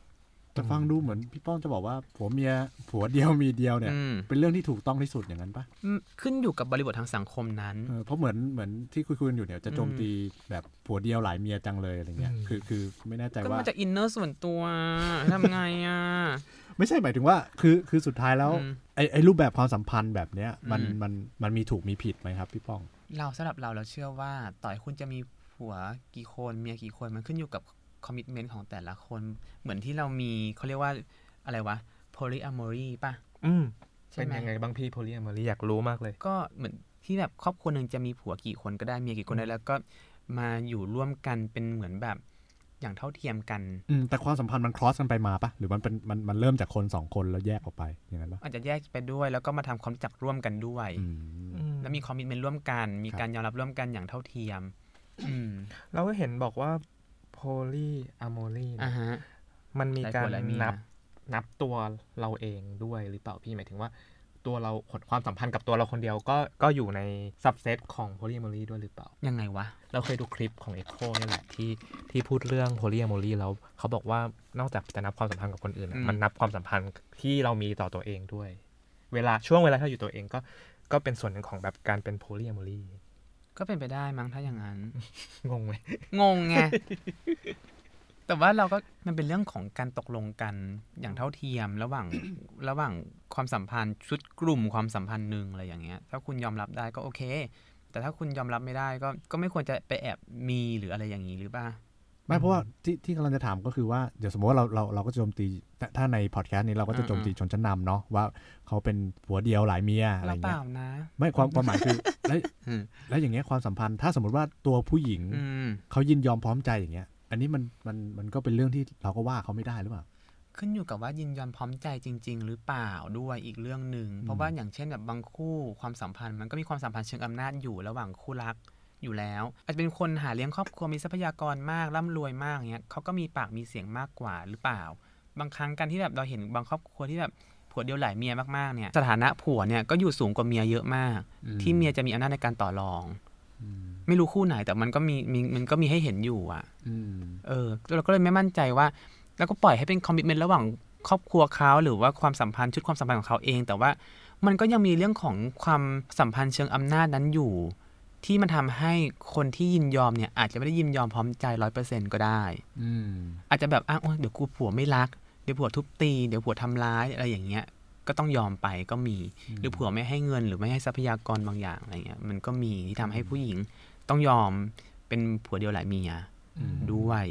แต่ฟังดูเหมือนพี่ป้องจะบอกว่าผัวเมียผัวเดียวมีเดียวเนี่ย
อืม
เป็นเรื่องที่ถูกต้องที่สุดอย่างนั้นปะ
อืมขึ้นอยู่กับบริบททางสังคมนั้น
เออเพราะเหมือนเหมือนที่คุยๆกันอยู่เนี่ยจะโจมตีแบบผัวเดียวหลายเมียจังเลยอะไรเงี้ย
อืม
คือคือไม่แน่ใจ
ก็
ว่า
มาจากอินเนอร์ส่วนตัวทำไงอ่ะ
ไม่ใช่หมายถึงว่าคือคือสุดท้ายแล้ว
อืม
ไอ้ไอ้รูปแบบความสัมพันธ์แบบเนี้ยมัน
อืม
มันมันมีถูกมีผิดไหมครับพี่ป้อง
เราสำหรับเราเราเชื่อว่าต่อให้คุณจะมีผัวกี่คนเมียกี่คนมันขึ้นอยู่กับคอมมิชเมนต์ของแต่ละคน เหมือนที่เรามีเขาเรียกว่าอะไรวะ polyamory ป่ะ
อืม
ใช่
เป็น
ไหม
ยังไงบางพี่โพลีแอมอรีอยากรู้มากเลย
ก็เหมือนที่แบบครอบครัวหนึ่งจะมีผัวกี่คนก็ได้เมียกี่คนได้แล้วก็มาอยู่ร่วมกันเป็นเหมือนแบบ อย่างเท่าเทียมกัน
อืมแต่ความสัมพันธ์มัน cross กันไปมาปะหรือมันเป็นมันมันเริ่มจากคนสองคนแล้วแยกออกไปอย่างนั้นปะ
อาจจะแยกไปด้วย แล้วก็มาทำความรู้จักร่วมกันด้วย
อืม
อืม
แล้วมีคอมมิชเมนต์ร่วมกัน มี
ครับ
การยอมรับร่วมกันอย่างเท่าเทียม อืม
เราก็เห็นบอกว่า poly amory
อ่าฮะ
มันมีการ
หลยคนหลยมี
นับนับตัวเราเองด้วยหรือเปล่าพี่หมายถึงว่า ตัวเราผลความสัมพันธ์กับตัวเราคนเดียวก็ก็อยู่ใน subset ของ polyamory ด้วยหรือเปล่า
ยังไงวะ
เราเคยดูคลิปของ Echo เนี่ยแหละที่ที่พูดเรื่อง polyamory แล้วเขาบอกว่านอกจากจะนับความสัมพันธ์กับคนอื่นอะ
อืม
มันนับความสัมพันธ์ที่เรามีต่อตัวเองด้วย เวลาช่วงเวลาที่เราอยู่ตัวเองก็ก็เป็นส่วนหนึ่งของแบบการเป็น polyamory
ก็เป็นไปได้มั้งถ้าอย่างนั้น
งงไหม
งงไง แต่ว่าเราก็มันเป็นเรื่องของการตกลงกันอย่างเท่าเทียมระหว่าง ระหว่างความสัมพันธ์ชุดกลุ่มความสัมพันธ์หนึ่งอะไรอย่างเงี้ย ถ้าคุณยอมรับได้ก็โอเค แต่ถ้าคุณยอมรับไม่ได้ก็ก็ไม่ควรจะไปแอบมีหรืออะไรอย่างนี้หรือเปล่า
ไม่เพราะว่าที่ที่กำลังจะถามก็คือว่าเดี๋ยวสมมติว่าเราเราเราก็จะโจมตีถ้าถ้าในพอดแคสต์นี้เราก็จะโจมตีชนชั้นนำเนาะว่าเขาเป็นผัวเดียวหลายเมียอะไร
เราเป
เงี้
ล่าย นะ
ไม่ความความหมายคือแล้ว
อืม
แล้วอย่างเงี้ยความสัมพันธ์ถ้าสมมติว่าตัวผู้หญิง
อืม
เขายินยอมพร้อมใจอย่างเงี้ย อันนี้มันมันมันก็เป็นเรื่องที่เราก็ว่าเขาไม่ได้หรือเปล่า
ขึ้นอยู่กับว่ายินยอมพร้อมใจจริง ๆ หรือเปล่าด้วยอีกเรื่องหนึ่งเพราะว่าอย่างเช่นแบบบางคู่ความสัมพันธ์มันก็มีความสัมพันธ์เชิงอำนาจอยู่ระหว่างคู่รักอยู่แล้ว อาจจะเป็นคนหาเลี้ยงครอบครัวมีทรัพยากรมากร่ำรวยมากเงี้ยเขาก็มีปากมีเสียงมากกว่าหรือเปล่า บางครั้งการที่แบบเราเห็นบางครอบครัวที่แบบผัวเดียวหลายเมียมากๆเนี่ยสถานะผัวเนี่ยก็อยู่สูงกว่าเมียเยอะมาก
อืม
ที่เมียจะมีอำนาจในการต่อรอง ไม่รู้คู่ไหนแต่มันก็มีมีมันก็มีให้เห็นอยู่อ่ะ
อืม
เออเราก็เลยไม่มั่นใจว่า แล้วก็ปล่อยให้เป็นคอมมิชเมนต์ระหว่างครอบครัวเขาหรือว่าความสัมพันธ์ชุดความสัมพันธ์ของเขาเอง แต่ว่ามันก็ยังมีเรื่องของความสัมพันธ์เชิงอำนาจนั้นอยู่ ที่มันทำให้คนที่ยินยอมเนี่ยอาจจะไม่ได้ยินยอมพร้อมใจร้อยเปอร์เซ็นต์ก็ได้
อืม
อาจจะแบบอ้างโอ๊ยเดี๋ยวกูผัวไม่รัก เดี๋ยวผัวทุบตี เดี๋ยวผัวทำร้ายอะไรอย่างเงี้ย ก็ต้องยอมไปก็มี หรือผัวไม่ให้เงินหรือไม่ให้ทรัพยากรบางอย่างอะไรเงี้ย มันก็มีที่ทำให้ผู้หญิงต้องยอมเป็นผัวเดียวหลายเมีย
อืม
ด้วย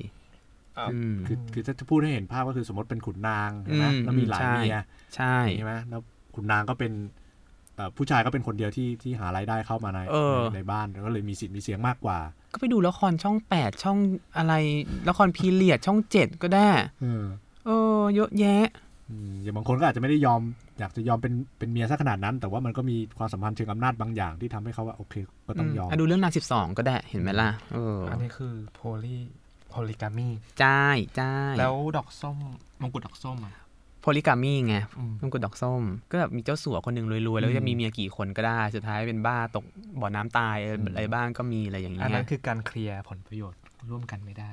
อ่ะ
อืม
คือคือถ้าจะพูดให้เห็นภาพก็คือสมมติเป็นขุนนางใช่ไหม
อืม
แล้วมีหลาย
ใช่
เมีย
ใช่
ใช่ไหมแล้วขุนนางก็เป็นเอ่อผู้ชายก็เป็นคนเดียวที่ที่หารายได้เข้ามาใน
เออ
ในในบ้านแล้วก็เลยมีสิทธิ์มีเสียงมากกว่า
ก็ไปดูละครช่องแปดช่องอะไร ละครพีเรียดช่องเจ็ดก็ได้
เออ
เออเยอะแยะ
อืมอย่างบางคนก็อาจจะไม่ได้ยอม อยากจะยอมเป็นเป็นเมียซะขนาดนั้น แต่ว่ามันก็มีความสัมพันธ์เชิงอำนาจบางอย่างที่ทำให้เขาว่าโอเค ก็ต้องยอม
อ่ะดูเรื่องนางสิบสองก็ได้เห็นไหมล่ะเออ
อันนี้คือ poly polygamy
จ้ายจ้าย
แล้วดอกส้มมงกุฎดอกส้มอ่ะ
โพลิกามีไงน้องกุดดอกส้ม ก็แบบมีเจ้าสัวคนหนึ่งรวยๆ แล้วก็จะมีเมียกี่คนก็ได้ สุดท้ายเป็นบ้าตกบ่อน้ำตายอะไรบ้างก็มีอะไรอย่าง
อัน
เงี้
นั้
ย
นคือการเคลียร์ผลประโยชน์ร่วมกันไม่ได้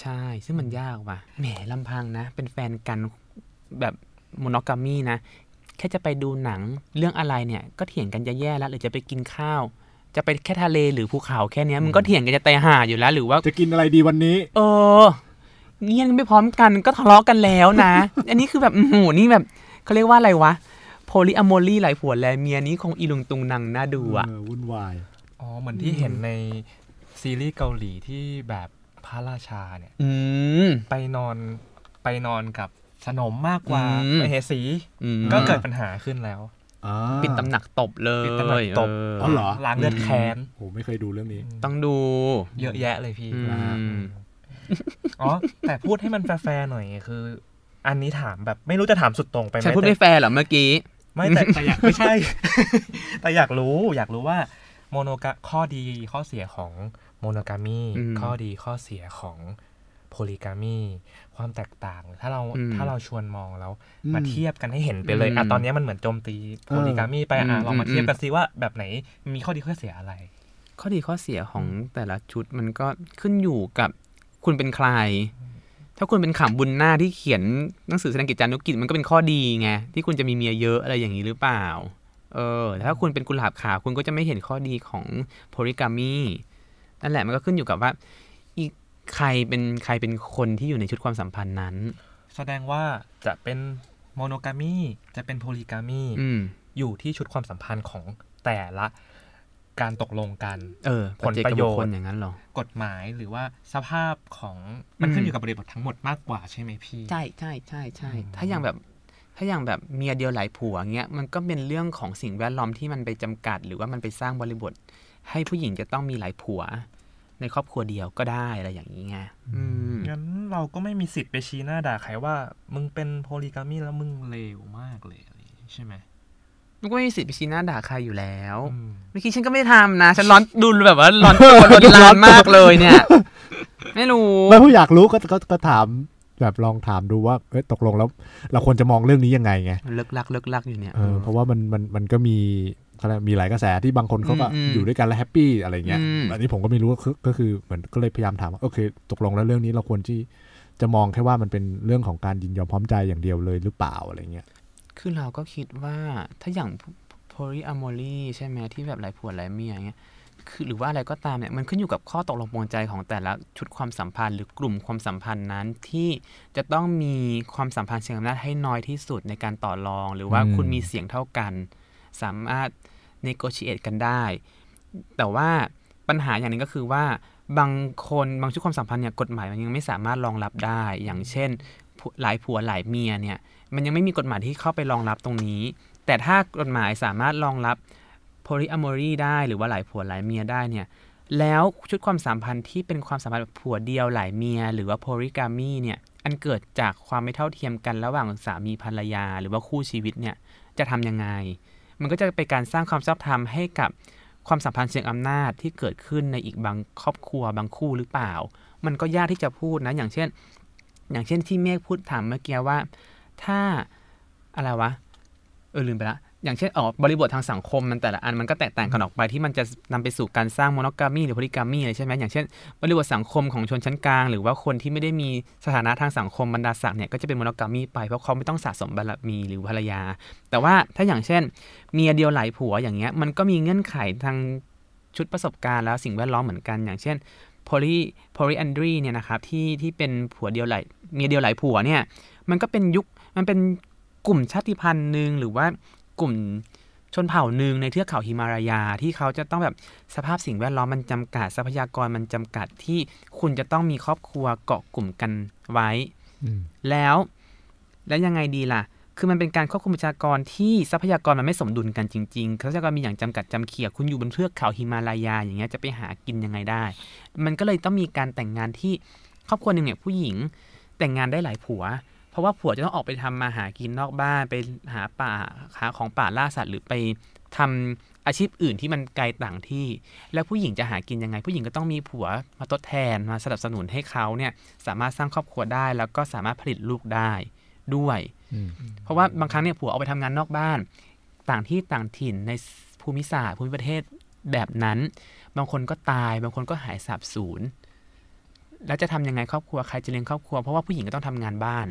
ใช่ ซึ่งมันยากว่ะแหมลำพังนะ เป็นแฟนกันแบบโมโนกามีนะ แค่จะไปดูหนังเรื่องอะไรเนี่ย ก็เถียงกันจะแย่แล้วหรือจะไปกินข้าว จะไปแค่ทะเลหรือภูเขาแค่เนี้ยมึงก็เถียงกันจะตายห่าอยู่แล้วหรือว่า
จะกินอะไรดีวันนี้
เออเงี้ยนไม่พร้อมกันก็ทะเลาะกันแล้วนะ อันนี้คือแบบโอ้อหือนี่แบบเขาเรียกว่าอะไรวะโพลิอะโมลี่หลายผัวแลเมียนี้คงอีลุงตุงนังน่าดูอะ
เออวุ่นวาย
อ๋อ เหมือนที่เห็นในซีรีส์เกาหลีที่แบบพระราชาเนี่ย
อืม
ไปนอนไปนอนกับสนมมากกว่า
อืม
มเหสี
อืม
ก็เกิดปัญหาขึ้นแล้ว
อ่า
ปิดตำหนักตบเลย
ปิดตำหนักตบ
เออ
อ๋อเหรอ
ล้างเลือดแค้น
โหไม่เคยดูเรื่องนี้
ต้องดู
เยอะแยะเลยพี่
อืม
นะฮะอ๋อ แต่พูดให้มันแฟร์ๆหน่อยคือ อันนี้ถามแบบไม่รู้จะถามสุดตรงไปไหม
ฉันพูด
แต่
ไม่แฟร์เหรอเมื่อกี้
ไม่ แต่แต่อยากไม่ใช่ แต่อยากรู้อยากรู้ว่าโมโนกะข้อดีข้อเสียของโมโนกามี
อืม
ข้อดีข้อเสียของโพลิกามีความแตกต่างถ้าเรา
อืม
ถ้าเราชวนมองแล้ว
อืม
มาเทียบกันให้เห็นไปเลย
อืม
อ่ะตอนนี้มันเหมือนโจมตีโพลิกามีไป
อื
อ่ะ
ม
ลองมา
อืม
เทียบกันซิว่าแบบไหนมีข้อดีข้อเสียอะไร
ข้อดีข้อเสียของแต่ละชุดมันก็ขึ้นอยู่กับคุณเป็นใคร ถ้าคุณเป็นขำบุญหน้าที่เขียนหนังสือแสดงกิจจานุกิจมันก็เป็นข้อดีไงที่คุณจะมีเมียเยอะอะไรอย่างนี้หรือเปล่า เออแต่ถ้าคุณเป็นกุหลาบขาวคุณก็จะไม่เห็นข้อดีของโพลิกามีนั่นแหละมันก็ขึ้นอยู่กับว่าอีกใครเป็นใครเป็นคนที่อยู่ในชุดความสัมพันธ์นั้น
แสดงว่าจะเป็นโมโนกามีจะเป็นโพลิกามี
อืม
อยู่ที่ชุดความสัมพันธ์ของแต่ละการตกลงกัน
เออ
ผลประโยชน์
ปัจเจกบุคคลอย่างนั้นเหรอ
กฎหมายหรือว่าสภาพของ
อืม
มันขึ้นอยู่กับบริบททั้งหมดมากกว่าใช่ไหมพี่
ใช่ใช่ใช่ใช่
อืม
ถ้าอย่างแบบถ้าอย่างแบบเมียเดียวหลายผัวเงี้ยมันก็เป็นเรื่องของสิ่งแวดล้อมที่มันไปจำกัด หรือว่ามันไปสร้างบริบท ให้ผู้หญิงจะต้องมีหลายผัว ในครอบครัวเดียวก็ได้อะไรอย่างนี้ไงอืม
งั้นเราก็ไม่มีสิทธิ์ไปชี้หน้าด่าใครว่า มึงเป็นโพลีกามีแล้วมึงเลวมากเลยอะไรอย่างงี้ใช่ไหม
มันก็ไม่มีสิทธิ์ไปชี้หน้าด่าใครอยู่แล้ว
อืม
เมื่อกี้ฉันก็ไม่ได้ทำนะ ฉันร้อนดุนแบบว่าร้อนตัวร้อนลานมากเลยเนี่ย ไม่รู้
แล้วผู้อยากรู้ก็ก็ก็ถามแบบลองถามดูว่าเอ้ยตกลงแล้ว เราควรจะมองเรื่องนี้ยังไงไง
เลิกลักเลิกลักอยู่เนี่ย
เออเพราะว่ามันมันมันก็มีเขาเรียกมีหลายกระแสที่บางคนเขาก็
อืมอืม
อยู่ด้วยกันแล้วแฮปปี้อะไรเงี้ย
อืม
อันนี้ผมก็ไม่รู้ก็คือก็คือเหมือนก็เลยพยายามถามว่าโอเค ตกลงแล้วเรื่องนี้เราควรที่จะมองแค่ว่ามันเป็นเรื่องของการยินยอมพร้อมใจอย่างเดียวเลยหรือเปล่าอะไรเงี้ย
คือเราก็คิดว่าถ้าอย่างโพลิอะโมลีใช่ไหมที่แบบหลายผัวหลายเมียอย่างเงี้ยคือหรือว่าอะไรก็ตามเนี่ยมันขึ้นอยู่กับข้อตกลงปวงใจของแต่ละชุดความสัมพันธ์ หรือกลุ่มความสัมพันธ์นั้นที่จะต้องมีความสัมพันธ์เชิงอำนาจให้น้อยที่สุดในการต่อรอง หรือว่า
อืม
คุณมีเสียงเท่ากัน สามารถ negotiate กันได้ แต่ว่าปัญหาอย่างหนึงก็คือว่าบางคนบางชุดความสัมพันธ์เนี่ยกฎหมายมันยังไม่สามารถรองรับได้ อย่างเช่นผัวหลายผัวหลายเมียเนี่ย มันยังไม่มีกฎหมายที่เข้าไปรองรับตรงนี้ แต่ถ้ากฎหมายสามารถรองรับ polyamory ได้หรือว่าหลายผัวหลายเมียได้เนี่ย แล้วชุดความสัมพันธ์ที่เป็นความสัมพันธ์แบบผัวเดียวหลายเมีย หรือว่า polygamy เนี่ย อันเกิดจากความไม่เท่าเทียมกันระหว่างสามีภรรยา หรือว่าคู่ชีวิตเนี่ย จะทำยังไง มันก็จะเป็นการสร้างความชอบธรรมให้กับความสัมพันธ์เชิงอำนาจที่เกิดขึ้นในอีกบางครอบครัวบางคู่หรือเปล่า มันก็ยากที่จะพูดนะ อย่างเช่น อย่างเช่นที่เมฆพูดถามเมื่อกี้ว่า ถ้าอะไรวะ เออลืมไปละ อย่างเช่นอ๋อบริบททางสังคมมันแต่ละอันมันก็แตกต่างกันออกไปที่มันจะนำไปสู่การสร้างโมโนกามีหรือโพลิกามีอะไรใช่ไหมอย่างเช่น บริบทสังคมของชนชั้นกลาง หรือว่าคนที่ไม่ได้มีสถานะทางสังคมบรรดาศักดิ์เนี่ยก็จะเป็นโมโนกามีไปเพราะเขาไม่ต้องสะสมบารมีหรือภรรยา แต่ว่าถ้าอย่างเช่น เมียเดียวหลายผัวอย่างเงี้ยมันก็มีเงื่อนไขทางชุดประสบการณ์แล้วสิ่งแวดล้อมเหมือนกัน อย่างเช่น p o l y p o l y a n d r y เนี่ยนะครับที่ที่เป็นผัวเดียวหลายเมียเดียวหลายผัวเนี่ยมันก็เป็นยุคมันเป็นกลุ่มชาติพันธุ์หนึ่งหรือว่ากลุ่มชนเผ่าหนึ่งในเทือกเขาฮิมาลายา ที่เขาจะต้องแบบสภาพสิ่งแวดล้อมมันจำกัดทรัพยากรมันจำกัดที่คุณจะต้องมีครอบครัวเกาะกลุ่มกันไว้ แล้วแล้วยังไงดีล่ะ คือมันเป็นการควบคุมประชากรที่ทรัพยากรมันไม่สมดุลกันจริงๆทรัพยากรมีอย่างจำกัดจำเขียคุณอยู่บนเทือกเขาฮิมาลายาอย่างเงี้ยจะไปหากินยังไงได้ มันก็เลยต้องมีการแต่งงานที่ครอบครัวหนึ่งเนี่ยผู้หญิงแต่งงานได้หลายผัว เพราะว่าผัวจะต้องออกไปทำมาหากินนอกบ้านไปหาป่าหาของป่าล่าสัตว์หรือไปทำอาชีพอื่นที่มันไกลต่างที่ แล้วผู้หญิงจะหากินยังไง ผู้หญิงก็ต้องมีผัวมาทดแทนมาสนับสนุนให้เขาเนี่ยสามารถสร้างครอบครัวได้ แล้วก็สามารถผลิตลูกได้ด้วย เพราะว่าบางครั้งเนี่ยผัวเอาไปทำงานนอกบ้าน ต่างที่ต่างถิ่นในภูมิศาสตร์ภูมิประเทศแบบนั้น บางคนก็ตายบางคนก็หายสาบสูญแล้วจะทำยังไงครอบครัวใครจะเลี้ยงครอบครัวเพราะว่าผู้หญิงก็ต้องทำงานบ้าน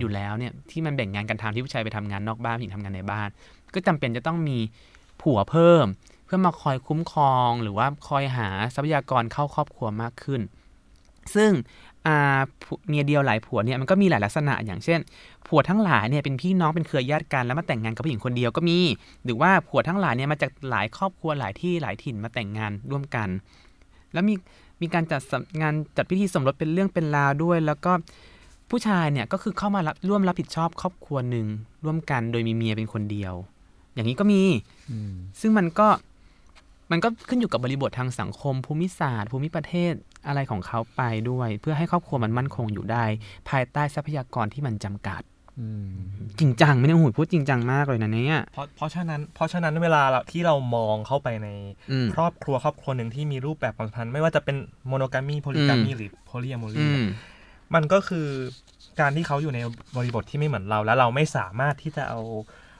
อยู่แล้วเนี่ยที่มันแบ่งงานกันทำที่ผู้ชายไปทำงานนอกบ้านผู้หญิงทำงานในบ้าน ก็จำเป็นจะต้องมีผัวเพิ่ม เพื่อมาคอยคุ้มครอง หรือว่าคอยหาทรัพยากรเข้าครอบครัวมากขึ้น ซึ่งอ่าผัวเมียเดียวหลายผัวเนี่ยมันก็มีหลายลักษณะอย่างเช่น ผัวทั้งหลายเนี่ยเป็นพี่น้องเป็นเครือญาติกันแล้วมาแต่งงานกับผู้หญิงคนเดียวก็มี หรือว่าผัวทั้งหลายเนี่ยมาจากหลายครอบครัวหลายที่หลายถิ่นมาแต่งงานร่วมกัน แล้วมีมีการจัดสำงานจัดพิธีสมรสเป็นเรื่องเป็นราวด้วย แล้วก็ผู้ชายเนี่ยก็คือเข้ามารับร่วมรับผิดชอบครอบครัวหนึ่งร่วมกันโดยมีเมียเป็นคนเดียว อย่างนี้ก็มี ซึ่งมันก็มันก็ขึ้นอยู่กับบริบททางสังคม ภูมิศาสตร์ ภูมิประเทศอะไรของเขาไปด้วย เพื่อให้ครอบครัวมันมั่นคงอยู่ได้ ภายใต้ทรัพยากรที่มันจำกัด จริงจังไม่ได้หูยพูดจริงจังมากเลยนะเนี่ย
เพราะเพราะฉะนั้นเพราะฉะนั้นเวลาเราที่เรามองเข้าไปใน
อืม
ครอบครัวครอบครัวหนึ่งที่มีรูปแบบความสัมพันธ์ไม่ว่าจะเป็นโมโนกามีโพลิกามี
อืม
หรือโพลีอะโม
อื
ลี
ม
มันก็คือการที่เขาอยู่ในบริบทที่ไม่เหมือนเรา แล้วเราไม่สามารถที่จะเอา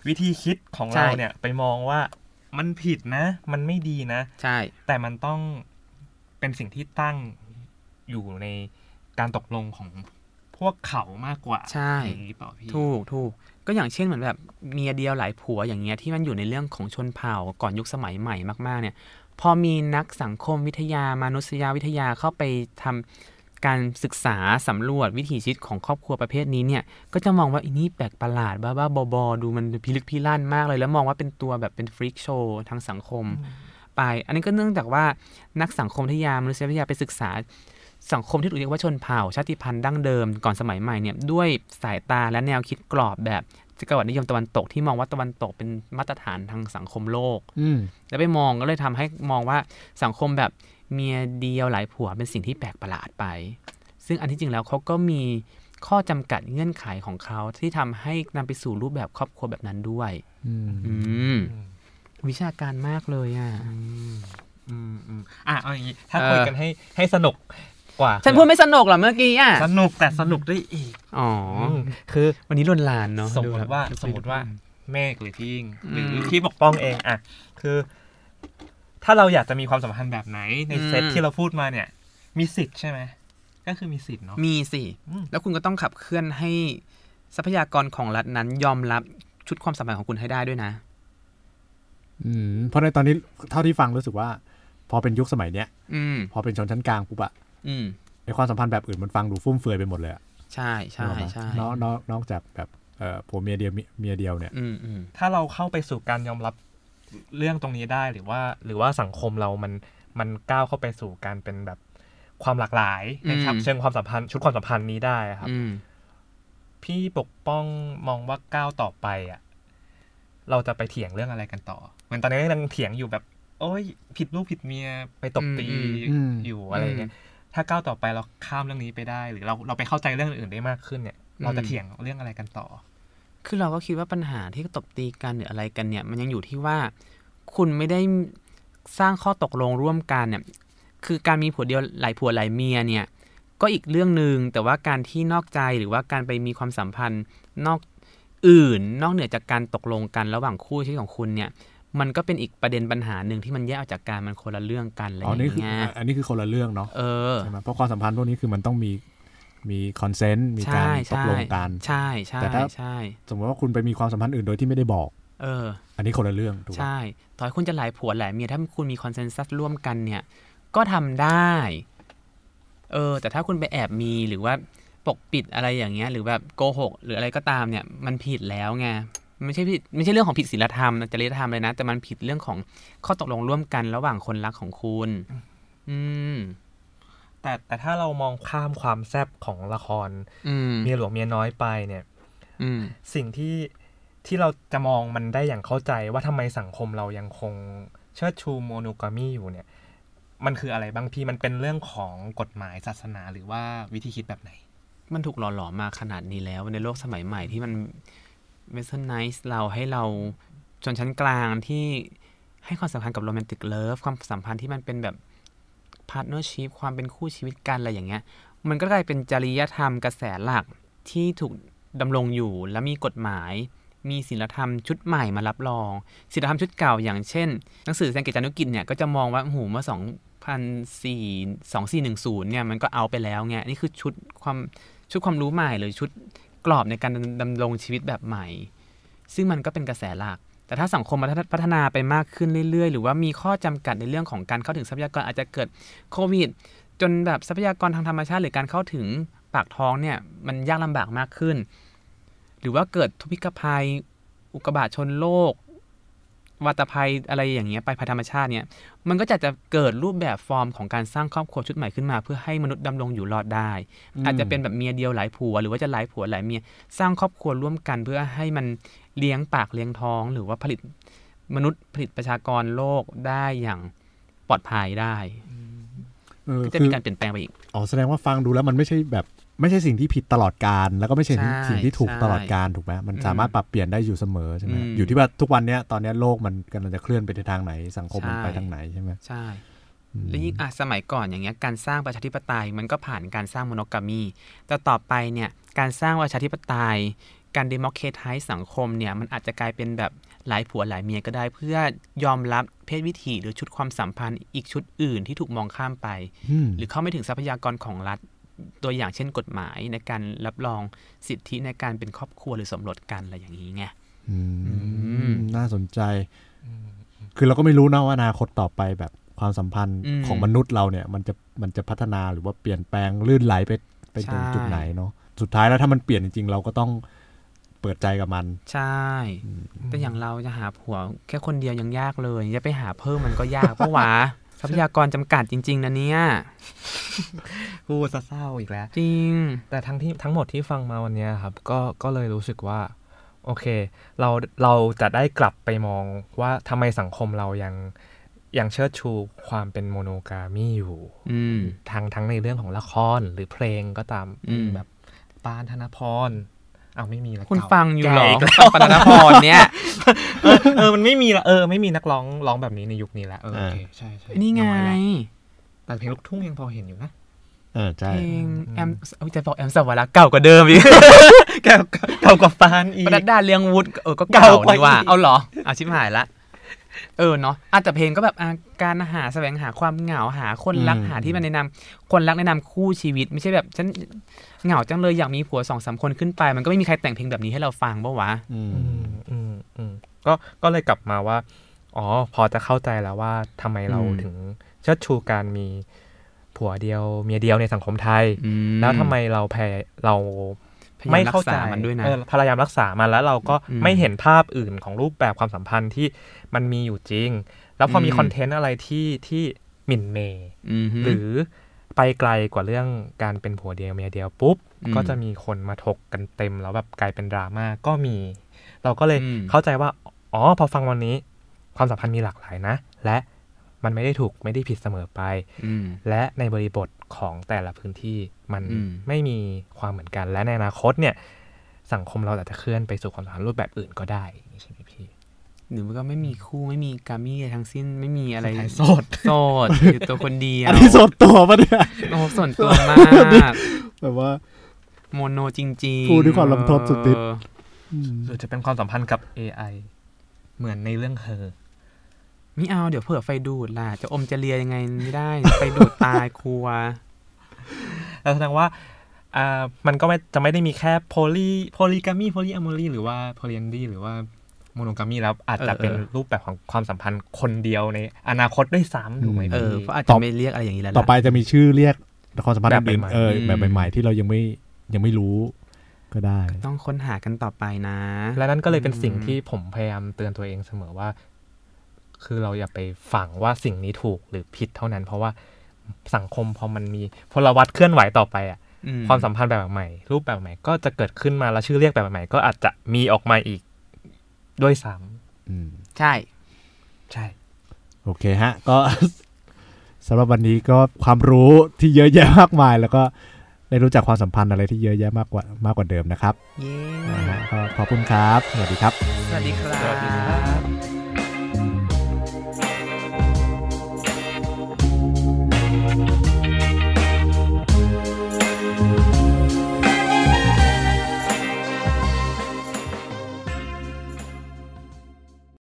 วิธีคิดของ
ใช่
เราเนี่ย ไปมองว่ามันผิดนะ มันไม่ดีนะ
ใช่
แต่มันต้องเป็นสิ่งที่ตั้งอยู่ในการตกลงของพวกเขามากกว่า
ใช่
อย่างนี้เปล่าพี่
ถูกถูกก็อย่างเช่นเหมือนแบบเมียเดียวหลายผัวอย่างเงี้ยที่มันอยู่ในเรื่องของชนเผ่าก่อนยุคสมัยใหม่มากๆเนี่ยพอมีนักสังคมวิทยามนุษยวิทยาเข้าไปทำการศึกษาสำรวจวิถีชีวิตของครอบครัวประเภทนี้เนี่ยก็จะมองว่าอันนี้แปลกประหลาดบ้าบ้าๆบอๆดูมันพิลึกพิลั่นมากเลย แล้วมองว่าเป็นตัวแบบเป็นฟรีกโชว์ทางสังคม ไปอันนี้ก็เนื่องจากว่านักสังคมวิทยามนุษยวิทยาไปศึกษา สังคมที่ถูกเรียกว่าชนเผ่าชาติพันธุ์ดั้งเดิมก่อนสมัยใหม่เนี่ยด้วยสายตาและแนวคิดกรอบแบบ จักรวรรดินิยมตะวันตกที่มองว่าตะวันตกเป็นมาตรฐานทางสังคมโลก
อืม
แล้วไปมองก็เลยทำให้มองว่าสังคมแบบเมียเดียวหลายผัวเป็นสิ่งที่แปลกประหลาดไป ซึ่งอันที่จริงแล้วเขาก็มีข้อจำกัดเงื่อนไขของเขาที่ทำให้นำไปสู่รูปแบบครอบครัวแบบนั้นด้วย
อืม
อืม วิชาการมากเลยอ่ะ
อืมอืมอ่ะเอาอย่างนี้ถ้า
เออ
คุยกันให้ให้สนุกกว่า
ฉันพูดไม่สนุกเหรอเมื่อกี้อ่ะ
สนุกแต่สนุกได้อีก
อ๋อ
ม
อ
คือ
วันนี้ลวนลานเนาะ
สมม
ดูแบ
ติ
บ
ว่าสมมติว่าเมฆหรือพี่ยิ่งหรืออ
ม
พี่ปกป้องเองอะคือ ถ้าเราอยากจะมีความสัมพันธ์แบบไหนในเซต
อืม
ที่เราพูดมาเนี่ย มีสิทธิ์ใช่ไหมก็คือมีสิทธิ์เนาะ
มีสิ
อืม
แล้วคุณก็ต้องขับเคลื่อนให้ทรัพยากรของรัฐนั้นยอมรับชุดความสัมพันธ์ของคุณให้ได้ด้วยนะ
อืมเพราะในตอนนี้เท่าที่ฟังรู้สึกว่า พอเป็นยุคสมัยเนี้ย
อืม
พอเป็นชนชั้นกลางปุ๊บอะ
อืม
ไอความสัมพันธ์แบบอื่นมันฟังดูฟุ่มเฟือยไปหมดเลยอะ
ใช่ใช่
นึกออกปะ
ใช่
นอกนอกนอกจากแบบเอ่อผัวเมียเดียวเมียเดียวเนี่ย
อืมอืม
ถ้าเราเข้าไปสู่การยอมรับเรื่องตรงนี้ได้หรือว่า หรือว่าสังคมเรามันมันก้าวเข้าไปสู่การเป็นแบบความหลากหลายในครับ
อืม
เชิงความสัมพันธ์ชุดความสัมพันธ์นี้ได้อะครับ
อืม
พี่ปกป้องมองว่าก้าวต่อไปอ่ะ เราจะไปเถียงเรื่องอะไรกันต่อ เหมือนตอนนี้ยังเถียงอยู่แบบ โอ้ย ผิดลูกผิดเมียไปตบตี
อืม
อืม
อยู่อะไรเงี้ยถ้าก้าวต่อไปเราข้ามเรื่องนี้ไปได้ หรือเราเราไปเข้าใจเรื่องอื่นได้มากขึ้นเนี่ย
อืม
เราจะเถียงเรื่องอะไรกันต่อ
คือเราก็คิดว่าปัญหาที่ตบตีกันหรืออะไรกันเนี่ย มันยังอยู่ที่ว่า คุณไม่ได้สร้างข้อตกลงร่วมกันเนี่ย คือการมีผัวเดียวหลายผัวหลายเมียเนี่ย ก็อีกเรื่องหนึ่งแต่ว่าการที่นอกใจหรือว่าการไปมีความสัมพันธ์นอกอื่น นอกเหนือจากการตกลงกันระหว่างคู่ชีวิตของคุณเนี่ย มันก็เป็นอีกประเด็นปัญหาหนึ่งที่มันแยกออกจากการมันคนละเรื่องกันอะไรอ
อ๋อย่าง นี่คือ
เงี้ย
อันนี้คือคนละเรื่องเนาะ
เออ
ใช่ไหมเพราะความสัมพันธ์พวกนี้คือมันต้องมีมีคอนเซนต์มีการ
ใช่
ตกลงกัน
ใช่ใช่
แต่
ใช่
ถ้า
ใช่
สมมติว่าคุณไปมีความสัมพันธ์อื่นโดยที่ไม่ได้บอก
เออ
อันนี้คนละเรื่องถูกปะ
ใช่ ต่อให้คุณจะหลายผัวหลายเมีย ถ้าคุณมีคอนเซนแซสร่วมกันเนี่ย ก็ทำได้ เออ แต่ถ้าคุณไปแอบมีหรือว่าปกปิดอะไรอย่างเงี้ย หรือแบบโกหก หรืออะไรก็ตามเนี่ย มันผิดแล้วไง ไม่ใช่ผิด ไม่ใช่เรื่องของผิดศีลธรรมจริยธรรมเลยนะ แต่มันผิดเรื่องของข้อตกลงร่วมกันระหว่างคนรักของคุณ อืม
แต่แต่ถ้าเรามองข้ามความแซบของละคร
อืม
เมียหลวงเมียน้อยไปเนี่ย
อืม
สิ่งที่ที่เราจะมองมันได้อย่างเข้าใจว่าทำไมสังคมเรายังคงเชิดชูโมโนกามีอยู่เนี่ย มันคืออะไรบางทีมันเป็นเรื่องของกฎหมายศาสนาหรือว่าวิธีคิดแบบไหน
มันถูกหล่อหลอมมาขนาดนี้แล้วในโลกสมัยใหม่ที่มันเวสเทิร์นไนซ์เราให้เราชนชั้นกลางที่ให้ความสำคัญกับโรแมนติกเลิฟความสัมพันธ์ที่มันเป็นแบบพาร์ทเนอร์ชีพความเป็นคู่ชีวิตกันอะไรอย่างเงี้ย มันก็กลายเป็นจริยธรรมกระแสหลักที่ถูกดำรงอยู่ และมีกฎหมาย มีศิลธรรมชุดใหม่มารับรองศิลธรรมชุดเก่าอย่างเช่น หนังสือแสงเกตจานุกิจเนี่ยก็จะมองว่าโอ้โหูเมื่อ2 4 2 4 1 0เนี่ยมันก็เอาไปแล้วไงนี่คือชุดความ ชุดความรู้ใหม่หรือชุดกรอบในการดำดำรงชีวิตแบบใหม่ ซึ่งมันก็เป็นกระแสหลัก แต่ถ้าสังคมมันพัฒนาไปมากขึ้นเรื่อย ๆ หรือว่ามีข้อจำกัดในเรื่องของการเข้าถึงทรัพยากรอาจจะเกิดโควิด จนแบบทรัพยากรทางธรรมชาติ หรือการเข้าถึงปากท้องเนี่ยมันยากลำบากมากขึ้น หรือว่าเกิดทุพพิกภัย อุกกาบาตชนโลก วัตภัยอะไรอย่างเงี้ยไปภัยธรรมชาติเนี่ยมันก็จะจะเกิดรูปแบบฟอร์มของการสร้างครอบครัวชุดใหม่ขึ้นมา เพื่อให้มนุษย์ดำรงอยู่รอดได้ อาจจะเป็นแบบเมียเดียวหลายผัว หรือว่าจะหลายผัวหลายเมียสร้างครอบครัวร่วมกันเพื่อให้มันเลี้ยงปากเลี้ยงท้อง หรือว่าผลิตมนุษย์ผลิตประชากรโลกได้อย่างปลอดภัยได้
เออ
ก็จะ
คื
มี
อ
การเปลี่ยนแปลงไปอีก
อ๋อแสดงว่าฟังดูแล้วมันไม่ใช่แบบไม่ใช่สิ่งที่ผิดตลอดการ แล้วก็ไม่ใช่
ใช่
สิ่งที่ถูก
ใช่
ตลอดการถูกไหมมัน
อืม
สามารถปรับเปลี่ยนได้อยู่เสมอใช่ไหม
อืม
อยู่ที่ว่าทุกวันเนี้ยตอนเนี้ยโลกมันกำลังจะเคลื่อนไปในทางไหนสังคมมัน
ใช่
ไปทางไหนใช่ไหม
ใช่
อืม
และยิ่งอ่ะสมัยก่อนอย่างเงี้ยการสร้างประชาธิปไตยมันก็ผ่านการสร้างโมโนกามี แต่ต่อไปเนี่ยการสร้างประชาธิปไตย การเดโมเคทายสังคมเนี่ยมันอาจจะกลายเป็นแบบหลายผัวหลายเมียก็ได้ เพื่อยอมรับเพศวิถีหรือชุดความสัมพันธ์อีกชุดอื่นที่ถูกมองข้ามไป
อืม
หรือเข้าไม่ถึงทรัพยากรของรัฐ ตัวอย่างเช่นกฎหมายในการรับรองสิทธิในการเป็นครอบครัวหรือสมรสกันอะไรอย่างนี้ไง
อืม
ม
น่าสนใจ คือเราก็ไม่รู้นะว่าอนาคตต่อไปแบบความสัมพันธ์
อืม
ของมนุษย์เราเนี่ย มันจะมันจะพัฒนาหรือว่าเปลี่ยนแปลงลื่นไหลไปไปถึงจุดไหนเนาะสุดท้ายแล้วถ้ามันเปลี่ยนจริงๆ เราก็ต้องเปิดใจกับมัน
ใช่ แต่อย่างเราจะหาผัวแค่คนเดียวยังยากเลยจะไปหาเพิ่มมันก็ยากเพราะว่า ทรัพยากรจำกัดจริง ๆนะเนี่ย
พูดซะเศร้าอีกแล้ว
จริง
แต่ทั้งที่ทั้งหมดที่ฟังมาวันเนี้ยครับ ก็ก็เลยรู้สึกว่า โอเค เราเราจะได้กลับไปมองว่าทำไมสังคมเรายังยังเชิดชูความเป็นโมโนกามีอยู่
อืม
ทั้งทั้งในเรื่องของละครหรือเพลงก็ตาม
อืม
แบบปานธนพรเอาไม่มีละ
คุณ
เก่า
ฟังอยู่เหรอ
แก่กแล้ว
คุณป นพรเนี่ย
เออเออมันไม่มีละเออไม่มีนักร้องร้องแบบนี้ในยุคนี้ละเออโอเคใช่ใช่
นี่ไง
อยละแต่เพลงลูกทุ่งยังพอเห็นอยู่ นะ
เออ
เพ
ใช่
ลงแอมอุ๊ยจะบอกแอมสวรรค์เก่ากว่าเดิมอีก
เก่าเก่ากว่าฟานอีก
ปนัดดาเลียงวุฒิเออก็เก่า
เก่ากว่า
ดีว่า
อีก
เอาเหรอเอาชิบหายละ เออเนาะอาจจะแต่เพลงก็แบบอ่ะการหาแสวงหาความเหงาหาคนรักหาที่มันแนะนำคนรักแนะนำคู่ชีวิต ไม่ใช่แบบฉันเหงาจังเลยอยากมีผัวสองสามคนขึ้นไป มันก็ไม่มีใครแต่งเพลงแบบนี้ให้เราฟังปะวะ
อืม
อืมอืมอืมก็ก็เลยกลับมาว่า อ๋อ พอจะเข้าใจแล้วว่าทำไมเรา
อืม
ถึงเชิดชูการมีผัวเดียวเมียเดียวในสังคมไทย
อื
แล้วทำไมเราแพ้เรา
พยย
ไม่เข้าใจ
รักษมันด้วยนะ
เออพยายามรักษามันแล้วเราก็
อืม
ไม่เห็นภาพอื่นของรูปแบบความสัมพันธ์ที่มันมีอยู่จริง แล้วพอมี
อืม
คอนเทนต์อะไรที่ที่หมิ่นเมย์
ม
หรือไปไกลกว่าเรื่องการเป็นผัวเดียวเมียเดียวปุ๊บ
อืม
ก็จะมีคนมาถกกันเต็มแล้วแบบกลายเป็นดราม่าก็มี เราก็เลย
อืม
เข้าใจว่า อ๋อพอฟังวันนี้ ความสัมพันธ์มีหลากหลายนะ และมันไม่ได้ถูกไม่ได้ผิดเสมอไป
ม
และในบริบทของแต่ละพื้นที่มัน
อืม
ไม่มีความเหมือนกัน และในอนาคตเนี่ย สังคมเราอาจจะเคลื่อนไปสู่ความสัมพันธ์รูปแบบอื่นก็ได้อย่างนี้ใช่ไหมพี่
หรือมันก็ไม่มีคู่ไม่มีกามี่อะไรทั้งสิ้นไม่มีอะไร
ถ่ายโสด
โสดอยู่ตัวคนเดียว
อันนี้สดตัวปะเนี่ย
โอ้ส่วนตัวมาก
แบบว่า
โมโนจริงๆ
พูดด้วยความลำทดสุดฤทธิ์
เออ
อืม
หรือจะเป็นความสัมพันธ์กับ AI เหมือนในเรื่องเธอ
ไม่เอาเดี๋ยวเผื่อไฟดูดล่ะ จะอมจะเลียยังไงไม่ได้ ไฟดูดตายครัว
แล้วแสดงว่าอ่ามันก็ไม่จะไม่ได้มีแค่โพลีโพลีกามีโพลีอะโมลีหรือว่าโพลีแอนดีหรือว่าโมโนกามีแล้วอาจจะ
เออเออ
เป็นรูปแบบของความสัมพันธ์คนเดียวในอนาคตด้วยซ้ำถูกไหม
เออ
พี่
เพราะอาจจะไม่เรียกอะไรอย่างนี้แล้ว
ต่อ
ล่ะ
ไปจะมีชื่อเรียกความสัมพันธ์
แบบ
อื่น
ใหม่ๆ
ๆเออแบบใหม่ๆที่เรายังไม่ยังไม่รู้ก็ได้
ต้องค้นหากันต่อไปนะ
และนั่นก็เลยเป็นสิ่ง
อืม
ที่ผมพยายามเตือนตัวเองเสมอว่า คือเราอย่าไปฝังว่าสิ่งนี้ถูกหรือผิดเท่านั้น เพราะว่าสังคมพอมันมีพลวัตเคลื่อนไหวต่อไปอ่ะ
อื
ความสัมพันธ์แบบใหม่ รูปแบบใหม่ก็จะเกิดขึ้นมาแล้วชื่อเรียกแบบใหม่ก็อาจจะมีออกมาอีกด้วยซ้
อืม
ใช่
ำใช่
โอเคฮะ ก็ สำหรับวันนี้ก็ความรู้ที่เยอะแยะมากมาย แล้วก็ได้รู้จักความสัมพันธ์อะไรที่เยอะแยะมากกว่ามากกว่าเดิมนะครับ
เย้
นะฮะก็ขอบคุณครับ สวัสดีครับ
สวัสดีครับ
สวัสดีครับ